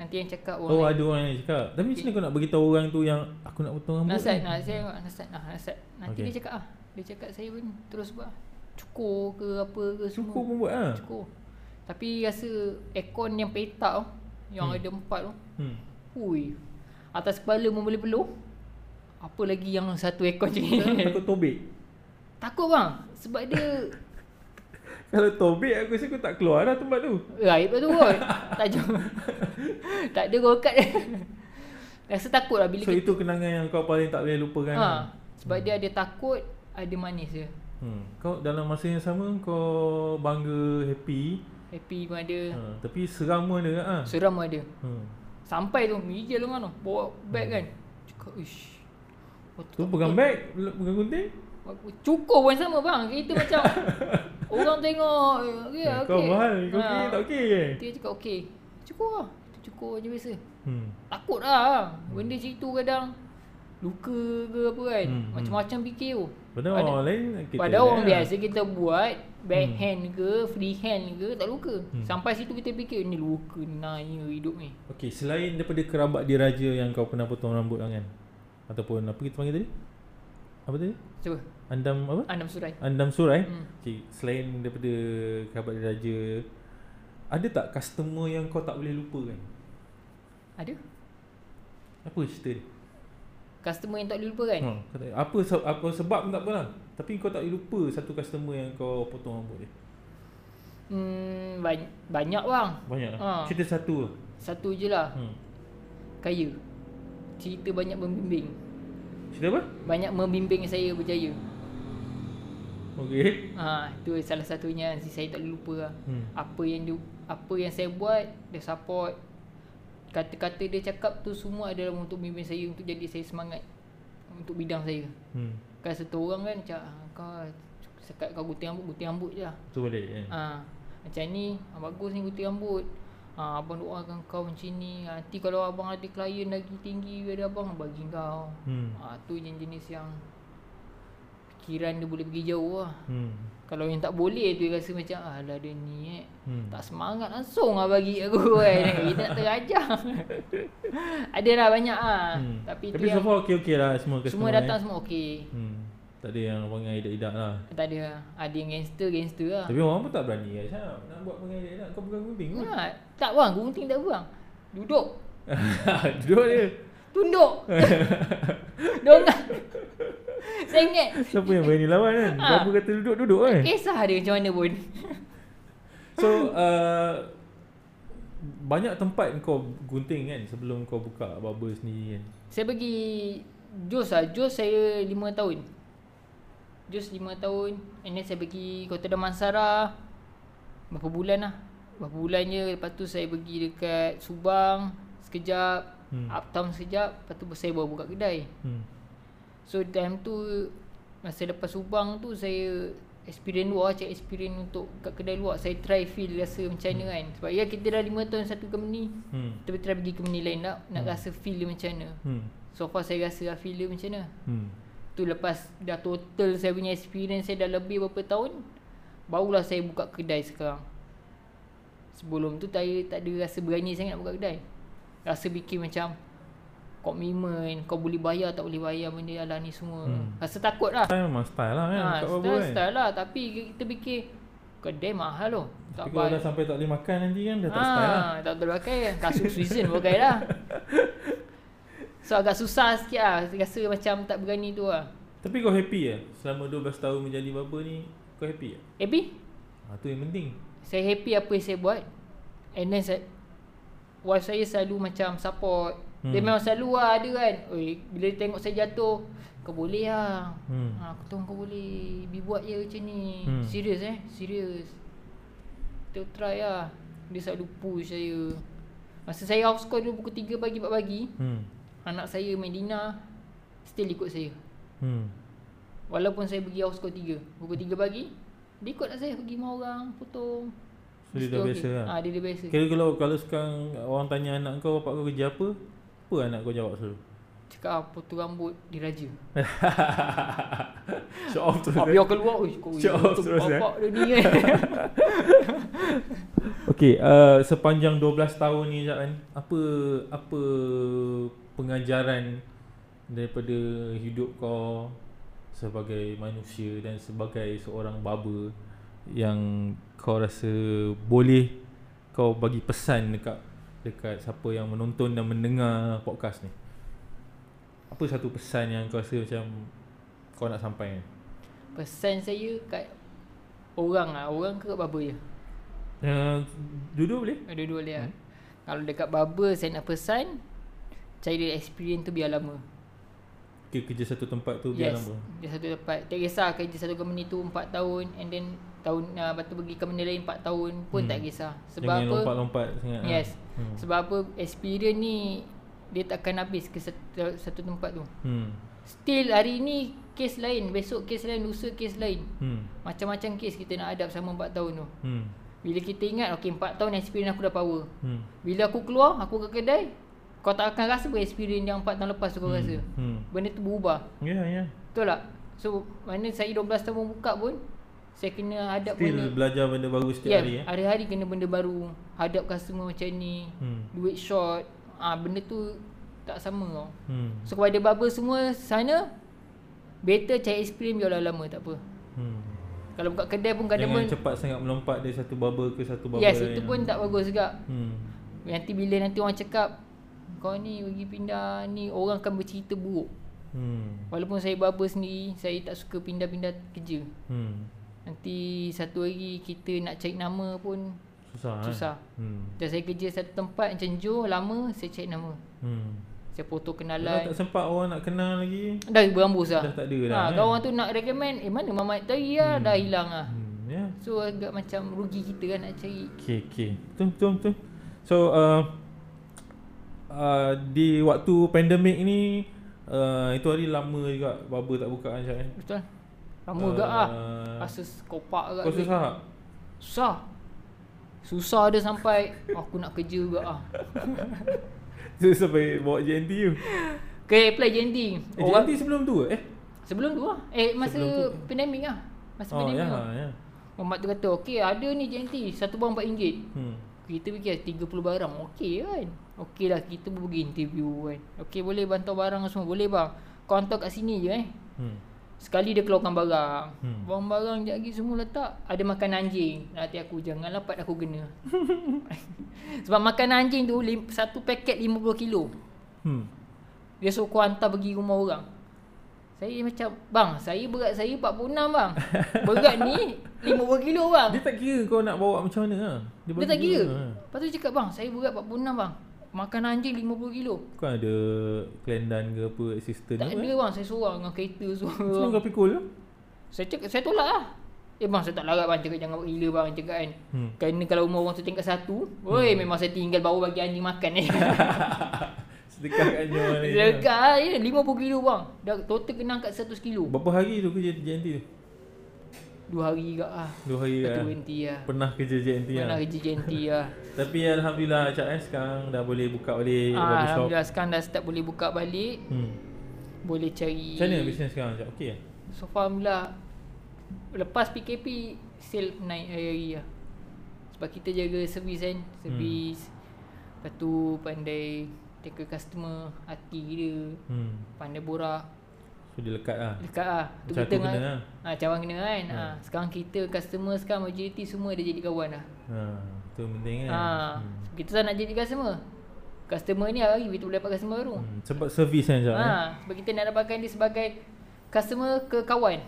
Nanti yang cakap orang
Oh
lain.
ada orang yang cakap Tapi macam mana kau nak beritahu orang tu yang Aku nak potong rambut
Nasihat
ni?
nah, Saya tengok nasihat nah, nasihat. Nanti
Okey.
dia cakap ah. Dia cakap saya pun terus buat ah. Cukur ke apa ke semua
Cukup pun buat lah
Cukur Tapi rasa aircon yang petak tu Yang
Hmm.
ada empat tu
hmm.
Ui Atas kepala pun boleh peluh Apa lagi yang satu aircon macam ni
Sekarang takut tobik
Takut bang Sebab dia
Kalau tobik aku rasa aku tak keluar dah tempat tu
Raib lah tu kot Tak jumpa Tak ada golkat dia Rasa takut lah bila
So itu kenangan yang kau paling tak boleh lupakan lah.
ha, Sebab dia ada takut Ada manis dia
hmm. Kau dalam masa yang sama kau bangga happy
Happy pun ada
ha. Tapi seram pun ada ha.
Seram pun ada
hmm.
Sampai tu Mijil tu kan tu Bawa beg kan Cakap ish
Tu pegang beg, pegang gunting
Cukur pun sama bang Kita macam Orang tengok okay, okay.
Eh,
Ha.
Kau mahal, kau okey tak okey je
Dia cakap okey Cukur lah Cukur je biasa
hmm.
Takut lah Benda macam itu kadang Luka ke apa kan
Hmm,
hmm, Macam-macam fikir tu
Pada orang lain kita ha. lah.
Pada orang biasa kita buat backhand hmm. ke freehand ke tak luka. Hmm. Sampai situ kita fikir ni luka ni naya hidup ni.
Okey, selain daripada kerabat diraja yang kau pernah potong rambut tangan ataupun apa kita panggil tadi? Apa tadi?
Cuba
Andam apa?
Andam Surai.
Andam Surai.
Hmm.
Okey, selain daripada kerabat diraja ada tak customer yang kau tak boleh lupakan?
Ada?
Apa cerita dia?
Customer yang tak boleh lupa kan?
Ha, kau tak, apa se- apa sebab pun tak apalah. Tapi kau tak boleh lupa satu customer yang kau potong rambut dia.
Hmm, banyak, banyak bang.
Banyak lah.
Ha.
Cerita satu.
Satu je lah.
Hmm.
Kaya. Cerita banyak membimbing.
Cerita apa?
Banyak membimbing saya berjaya.
Okey.
Ha, tu salah satunya yang saya tak boleh lupa lah.
Hmm.
Hmm. Apa yang dia, apa yang saya buat, dia support. Kata-kata dia cakap tu semua adalah untuk bimbing saya untuk jadi saya semangat untuk bidang saya.
Hmm.
Kan satu orang kan macam "Ah, kau sekat kau gunting rambut, gunting rambut je lah.
Tu balik kan.
Ha, macam ni, ah, bagus ni gunting rambut. Ha, abang doakan kau macam ni. Ha, nanti kalau abang ada klien lagi tinggi daripada abang, bagi kau.
Hmm.
Ha, tu jenis-jenis yang fikiran dia boleh pergi jauh lah.
Hmm.
Kalau yang tak boleh tu dia rasa macam alah dia ni eh.
Hmm.
Hmm. Tak semangat langsung lah bagi aku kan. Dia tak terajang. Adalah banyak ah.
Hmm.
Hmm. Tapi,
Tapi
tu
so
yang
far okey-okey lah semua customer.
semua
eh.
datang semua okey.
Hmm. Tak ada yang orang yang idak-idak lah.
Tak ada ada yang ah, gangster gangster lah.
Tapi orang pun tak berani kan Syam Nak buat pengajian nak kau pegang kuping pun
Nah, tak bang, gunting tak bang. Duduk. Ah.
Duduk dia
Tunduk. Dongat. Saya ingat
Siapa yang berani lawan kan
Ha. Eh.
Berapa kata duduk-duduk kan
kisah dia macam mana pun.
So uh, Banyak tempat kau gunting kan Sebelum kau buka barber sendiri kan
Saya pergi Jos lah Jos saya 5 tahun Jos 5 tahun And then saya pergi Kota Damansara Berapa bulan lah Berapa bulan je Lepas tu saya pergi dekat Subang Sekejap
Hmm.
hmm. Uptown sekejap Lepas tu saya baru buka kedai
hmm.
So time tu Masa lepas Subang tu Saya Experience luar Cek experience untuk Kat kedai luar Saya try feel Rasa macam mana kan Sebab ya kita dah 5 tahun Satu company
Hmm.
Kita try pergi company lain tak Nak rasa feel dia macam mana
Hmm.
So far saya rasa lah feel dia macam mana
Hmm.
Tu lepas dah total saya punya experience saya dah lebih berapa tahun Barulah saya buka kedai sekarang Sebelum tu saya tak ada rasa berani sangat nak buka kedai Rasa fikir macam Komitmen, kau boleh bayar tak boleh bayar benda alah ni semua hmm.
Hmm.
Rasa takut lah
Style memang style lah kan
ha,
buka barber
style,
kan
style lah tapi kita fikir Kedai mahal loh tak
Tapi kalau dah
bayar
sampai tak boleh makan nanti kan Dah tak
Ha.
style lah
Ah, tak boleh pakai Kasut season pakai lah So agak susah sikit lah Rasa macam tak berani tu lah
Tapi kau happy ya Selama 12 tahun menjadi barber ni Kau happy ya
Happy?
ha, Tu yang penting
Saya happy apa yang saya buat And then saya Wife saya selalu macam support hmm. Dia
Hmm.
memang selalu lah ada kan Oi, Bila dia tengok saya jatuh Kau boleh lah
Hmm.
ha, Aku tahu kau boleh Bi buat je macam ni
Hmm.
hmm. Serius eh Serius Kita try lah Dia selalu push saya Masa saya house call dulu pukul 3 pagi 4 pagi
Hmm
Anak saya Medina Still ikut saya
Hmm
Walaupun saya pergi house call 3 Pukul 3 pagi Dia ikut lah saya pergi rumah orang Potong
So dia dah
Mesti
biasa
okey.
lah
Ah, dia dah biasa.
Kira kalau kalau sekarang orang tanya anak kau bapak kau kerja apa? Apa anak kau jawab selalu?
Cakap ah, potong rambut diraja.
Show off terus.
Ah, biar keluar oi kau.
Cakap
Cakap
terus, eh.
bapak dia ni kan.
Okey, uh, sepanjang 12 tahun ni Jap kan, apa apa pengajaran daripada hidup kau sebagai manusia dan sebagai seorang baba yang kau rasa boleh kau bagi pesan dekat dekat siapa yang menonton dan mendengar podcast ni. Apa satu pesan yang kau rasa macam kau nak sampaikan?
Pesan saya kat orang ah, orang ke kat baba je.
Uh, duduk boleh?
Ah, Dua-dua dia. Hmm. Kalau dekat baba saya nak pesan cari experience tu biar lama.
Ke- Kerja satu tempat tu biar
yes.
lama.
Dia satu tempat. Tak kisah kerja satu company tu 4 tahun and then tahun uh, lepas tu pergi company lain 4 tahun pun
Hmm.
tak kisah. Sebab
Jangan
apa?
lompat-lompat sangat lah.
Yes.
hmm.
Sebab apa experience ni dia takkan habis ke satu, satu tempat tu.
hmm.
Still hari ni kes lain, besok kes lain, lusa kes lain.
Hmm.
Macam-macam kes kita nak hadap sama 4 tahun tu.
Hmm.
Bila kita ingat okey 4 tahun experience aku dah power.
Hmm.
Bila aku keluar, aku ke kedai, kau tak akan rasa pun experience yang 4 tahun lepas tu kau hmm. rasa.
Hmm.
Benda tu berubah.
Ya, ya.
Betul tak? So mana saya 12 tahun buka pun saya kena hadap
Still
benda.
belajar benda baru setiap
yeah,
hari eh.
hari-hari kena benda baru. Hadap customer macam ni.
Hmm.
Duit short. Ah ha, benda tu tak sama tau.
Hmm.
So kepada barber semua sana better cari experience biar lah lama tak apa.
hmm.
Kalau buka kedai pun kadang
Jangan
pun
cepat sangat melompat dari satu baba ke satu baba
Yes,
lain.
itu pun tak bagus juga.
Hmm.
Nanti bila nanti orang cakap kau ni pergi pindah ni orang akan bercerita buruk.
Hmm.
Walaupun saya barber sendiri, saya tak suka pindah-pindah kerja.
Hmm.
Nanti satu hari kita nak cari nama pun
Susah. eh?
Susah.
Hmm.
dah saya kerja satu tempat macam Joe lama saya cari nama.
Hmm.
Saya foto
Kalau
kenalan.
tak sempat orang nak kenal lagi.
Dah berambus lah.
Dah tak ada dah,
Ha,
kan?
kalau orang tu nak recommend, eh mana Mamat Tari lah, dah hilang lah.
Hmm, ya. Yeah.
So agak macam rugi kita kan nak cari.
Okay, okay. Betul, betul, betul. So, uh, uh, di waktu pandemik ni, uh, itu hari lama juga baba tak buka kan Syed. eh?
Betul? Lama uh, agak lah.
Ah. lah.
Rasa kopak agak.
Kau
duit.
susah tak?
Susah. Susah dia sampai aku nak kerja juga ah.
So, sampai bawa JNT tu.
Okay, apply JNT.
Eh,
Eh, Orang
JNT sebelum tu ke? eh?
sebelum tu lah. Eh masa
Sebelum tu.
pandemik lah. Masa
Oh,
pandemik
ya,
lah.
ya.
Mamat tu kata, okay ada ni JNT. Satu barang RM4.
Hmm.
Kita fikir 30 barang Okey kan Okey lah kita pun pergi interview kan Okey boleh bantau barang semua Boleh bang Kau hantar kat sini je eh
Hmm.
Sekali dia keluarkan barang
Hmm.
hmm. Barang-barang sekejap lagi semua letak Ada makan anjing Hati aku jangan lapat aku kena Sebab makan anjing tu lim- Satu paket 50 kilo
Hmm.
Dia suruh kau hantar pergi rumah orang Saya macam Bang saya berat saya 46 bang Berat ni 50 kilo bang
Dia tak kira kau nak bawa macam mana lah.
dia
bagi
tak kira.
kau lah.
Lepas tu dia cakap bang, saya berat 46 bang. Makan anjing 50 kilo.
Bukan ada Kelandan ke apa Assistant
Tak
apa
ada bang, saya seorang dengan kereta
Sebelum
semua.
kau pikul lah
saya cakap, saya tolak lah. Eh bang, saya tak larat bang. Cakap jangan buat gila bang. Cakap kan.
Hmm.
Hmm. Kerana kalau rumah orang tu tingkat satu, Oi memang saya tinggal bawa bagi anjing makan ni.
Sedekah kat nyawa ni
Dekat je, 50 ya, kilo bang. Dah total kena angkat 100 kilo.
ya. Berapa hari tu kerja JNT tu?
Dua hari juga ah.
Dua hari
Lepas
lah
tu berhenti lah.
Pernah kerja JNT lah
Mana kerja JNT lah.
Tapi Alhamdulillah Cak eh sekarang dah boleh buka balik ah,
Ah,
barbershop
Alhamdulillah sekarang dah start boleh buka balik.
hmm.
Boleh cari.
Macam mana bisnes sekarang Cak? Okey eh?
So far pula Lepas PKP Sale naik hari-hari lah Sebab kita jaga servis kan Servis hmm. Lepas tu pandai Take care customer Hati dia
hmm.
Pandai borak
So dia lekat lah
Dekat lah Tu
Macam aku
kita
kena lah. Hmm.
dengan, ha, Macam orang kena kan ha. Sekarang kita customer sekarang Majoriti semua dah jadi kawan lah
ha, Itu penting kan
ha.
hmm.
Hmm. Kita tak nak jadi customer Customer ni hari kita boleh dapat customer baru
Hmm. Sebab servis kan Cak eh?
ha. Sebab kita nak dapatkan dia sebagai Customer ke kawan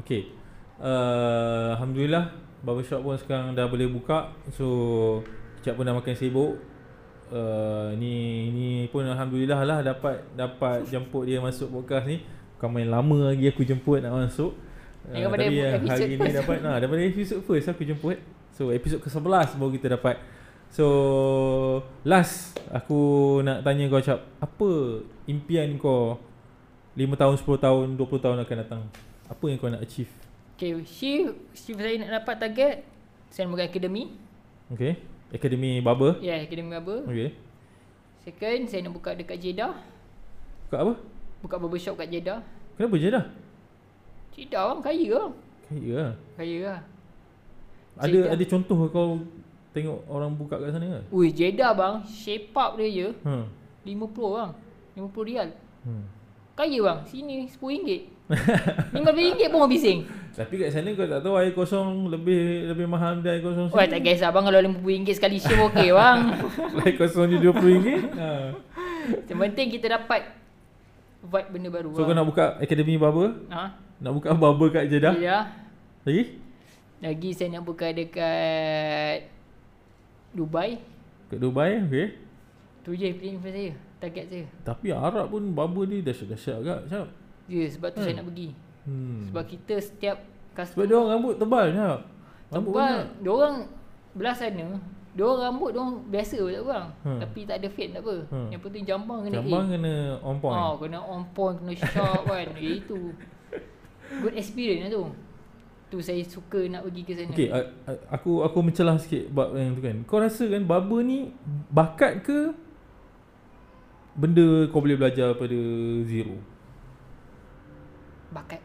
Okay uh, Alhamdulillah Barbershop pun sekarang dah boleh buka So Kecap pun dah makan sibuk uh, Ni ni pun Alhamdulillah lah dapat Dapat jemput dia masuk podcast ni Bukan main lama lagi aku jemput nak masuk uh,
Yang daripada
Tapi yang
episode
hari ni
first.
dapat nah, Daripada episode first aku jemput So episode ke-11 baru kita dapat So Last Aku nak tanya kau Cap Apa impian kau 5 tahun, 10 tahun, 20 tahun akan datang Apa yang kau nak achieve
Okay, shift, shift saya nak dapat target Saya nak buka akademi
Okay Akademi Barber
Ya, yeah, akademi apa
Okay
Second, saya nak buka dekat Jeddah
Buka apa?
Buka barbershop kat Jeddah
Kenapa je dah?
Jeddah orang kaya lah
Kaya lah
Kaya lah
Ada,
Jeddah.
ada contoh ke kau Tengok orang buka kat sana ke?
Ui, Jeddah bang, shape up dia je
Ha.
50 bang 50 rial
Hmm.
Kaya bang, sini RM10 RM15 pun orang bising
Tapi kat sana kau tak tahu air kosong lebih lebih mahal dari air kosong
Wah, tak kisah bang kalau RM50 sekali shape okey bang
Air kosong ni RM20 ha.
Yang penting kita dapat Vibe benda baru
So kau nak buka Akademi Barber
Ha? Ya.
Nak buka Barber kat Jeddah
Jeddah
Lagi?
Lagi saya nak buka dekat Dubai
Kat Dubai Okay
Tu je plan plan saya Target saya
Tapi Arab pun Barber dia dahsyat-dahsyat agak Syab
Ya yeah, sebab tu hmm. saya nak pergi
hmm.
Sebab kita setiap
Sebab
customer
dia orang rambut tebal Syab Rambut
Tebal
banyak
Diorang Belah sana Diorang rambut diorang biasa je tak orang
Hmm.
hmm. Tapi tak ada fade tak apa
Hmm.
hmm. Yang penting jambang kena
Jambang kena on
point
point
oh, Kena on point Kena sharp kan Ya itu Good experience lah tu Tu saya suka nak pergi ke sana
Okay, uh- a- a- aku aku mencelah sikit bab yang tu kan. Kau rasa kan barber ni bakat ke benda kau boleh belajar pada zero?
Bakat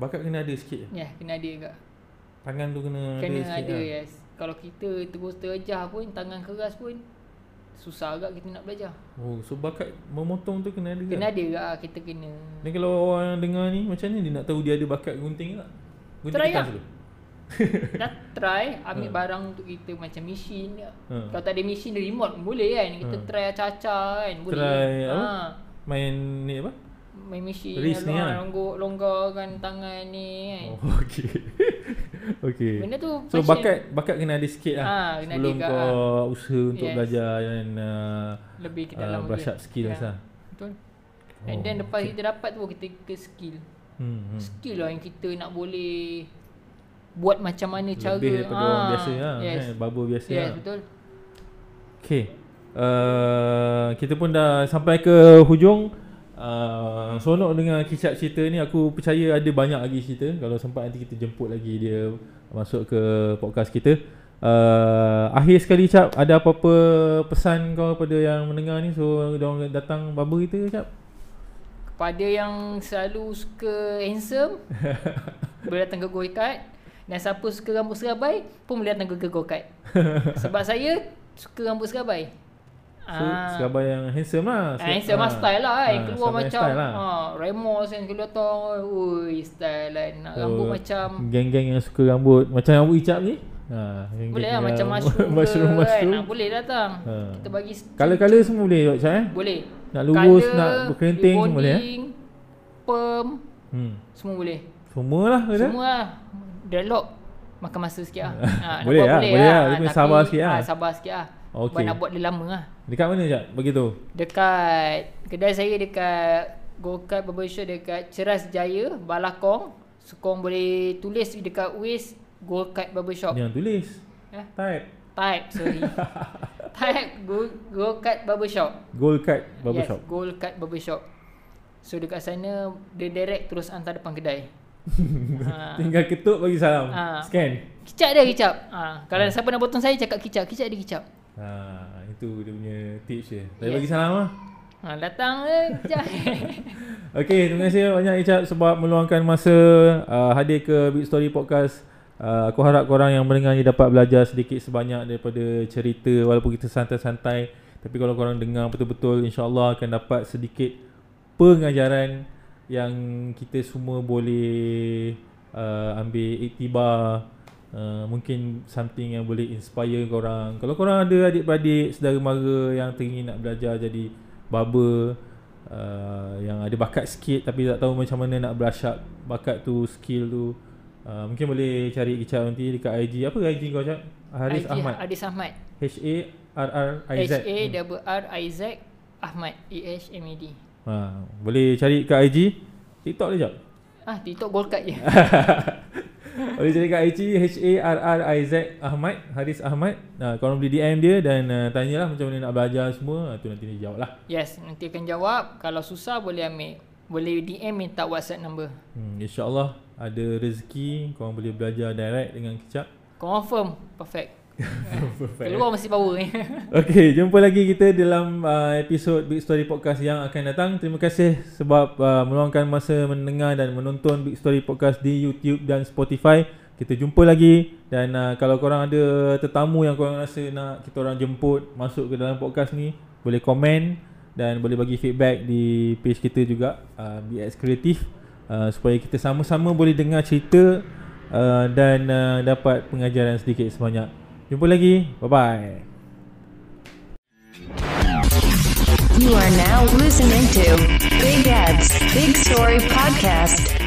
Bakat kena ada sikit je.
Ya, yeah, kena ada juga.
Tangan tu kena,
Kena
ada sikit
ada, ya.
lah.
yes. Kalau kita terus terjah pun, tangan keras pun, susah agak kita nak belajar.
Oh, so bakat memotong tu kena ada
Kena
kan?
ada juga ah, kita kena.
Dan kalau orang yang dengar ni macam ni dia nak tahu dia ada bakat gunting ke tak? Gunting
Try
kertas
lah.
dulu.
Dah try ambil
Ha.
barang untuk kita macam mesin ke.
Ha.
Kalau tak ada mesin dia remote pun boleh kan. Kita
Ha.
try caca kan boleh.
Try apa?
Ha.
Main ni apa?
Main mesin
Wrist ni lah.
longgok longgarkan tangan ni kan.
Oh, okey. okey.
Benda tu
So
macam-
bakat bakat kena ada sikit lah.
Ah, kena ada
Sebelum
juga,
kau usaha untuk
Yes.
belajar dan uh,
lebih ke
Ah,
dalam
brush
lagi.
up skill
Ya,
lah.
Betul. And
Oh,
then lepas kita dapat tu kita ke skill.
hmm, hmm.
Skill lah yang kita nak boleh buat macam mana cara.
lebih daripada orang
Ah,
biasa lah,
Yes.
kan? Barber biasa
Yes,
lah.
betul.
Okay. Uh, kita pun dah sampai ke hujung. Uh, sonok dengan kicap cerita ni aku percaya ada banyak lagi cerita kalau sempat nanti kita jemput lagi dia masuk ke podcast kita. Uh, akhir sekali cap ada apa-apa pesan kau kepada yang mendengar ni so dia orang datang baba kita cap.
Kepada yang selalu suka handsome Boleh datang ke Goikat Dan siapa suka rambut serabai Pun boleh datang ke Goikat Sebab saya suka rambut serabai
So, Serabai yang handsome lah.
Ah, handsome lah style lah kan
Ah,
Keluar
Serabai
macam
style lah.
ha, Ramos kan keluar tau Ui style lah Nak rambut
Oh,
macam
Geng-geng yang suka rambut Macam rambut hijab ni ha, geng-geng
Boleh lah
yang
macam mushroom,
Mushroom,
ke,
mushroom.
Kan? Ah, boleh datang
Ha.
Kita bagi
Kala-kala semua boleh buat Syah eh
Boleh
Nak lurus,
Colour,
nak berkerinting semua boleh, eh?
rebonding, Perm
hmm.
Semua boleh
Semua lah kata
Semua lah Dreadlock Makan masa sikit lah ha, nak
Boleh
buat
lah, boleh lah. Dia
Ah,
kena
tapi-
sabar sikit lah.
ah, Sabar sikit lah Buat
Okey.
nak buat dia lama lah
Dekat mana Jad? Begitu
Dekat Kedai saya dekat Gokat Barbershop dekat Ceras Jaya Balakong So korang boleh tulis dekat Waze Gokat Barbershop yeah.
Jangan tulis
Oh. Eh?
Type
Type sorry Type Go- Gokat Barbershop
Gold card barbershop
Yes, Gold Card Barbershop So dekat sana Dia direct terus hantar depan kedai ha.
Tinggal ketuk bagi salam
Ah.
Scan
Kicap dia kicap. Ha, kalau
Hmm.
siapa nak potong saya cakap kicap, kicap dia kicap.
ha, Itu dia punya tips dia Tapi
Yes.
bagi salam lah
Ha, datang eh, kicap.
Okay, terima kasih banyak Icap sebab meluangkan masa uh, hadir ke Big Story Podcast. Uh, aku harap korang yang mendengar ni dapat belajar sedikit sebanyak daripada cerita walaupun kita santai-santai. Tapi kalau korang dengar betul-betul insyaAllah akan dapat sedikit pengajaran yang kita semua boleh uh, ambil iktibar Uh, mungkin something yang boleh inspire korang Kalau korang ada adik-beradik, saudara mara yang teringin nak belajar jadi barber uh, yang ada bakat sikit tapi tak tahu macam mana nak brush up bakat tu skill tu uh, mungkin boleh cari Kicap nanti dekat IG apa IG kau cakap Haris
IG
Ahmad
Haris Ahmad.
H A R R I Z
H A W R I Z Ahmad. A H M A D.
ha boleh cari kat IG TikTok dia jap
Ah, TikTok gold card je.
boleh cari kat IG H A R R I Z Ahmad Haris Ahmad uh, korang boleh DM dia dan uh, tanyalah macam mana nak belajar semua uh, tu nanti dia jawab lah
Yes, nanti akan jawab. Kalau susah boleh ambil. Boleh DM minta WhatsApp number.
hmm, insyaAllah ada rezeki korang boleh belajar direct dengan Kicap
Confirm. Perfect.
Perfect.
Keluar mesti power ni.
Okay, jumpa lagi kita dalam uh, episod Big Story Podcast yang akan datang. Terima kasih sebab uh, meluangkan masa mendengar dan menonton Big Story Podcast di YouTube dan Spotify. Kita jumpa lagi dan uh, kalau korang ada tetamu yang korang rasa nak kita orang jemput masuk ke dalam podcast ni, boleh komen dan boleh bagi feedback di page kita juga uh, BX Creative uh, supaya kita sama-sama boleh dengar cerita uh, dan uh, dapat pengajaran sedikit sebanyak. Jumpa lagi. Bye-bye.
You are now listening to Big Ads, Big Story Podcast.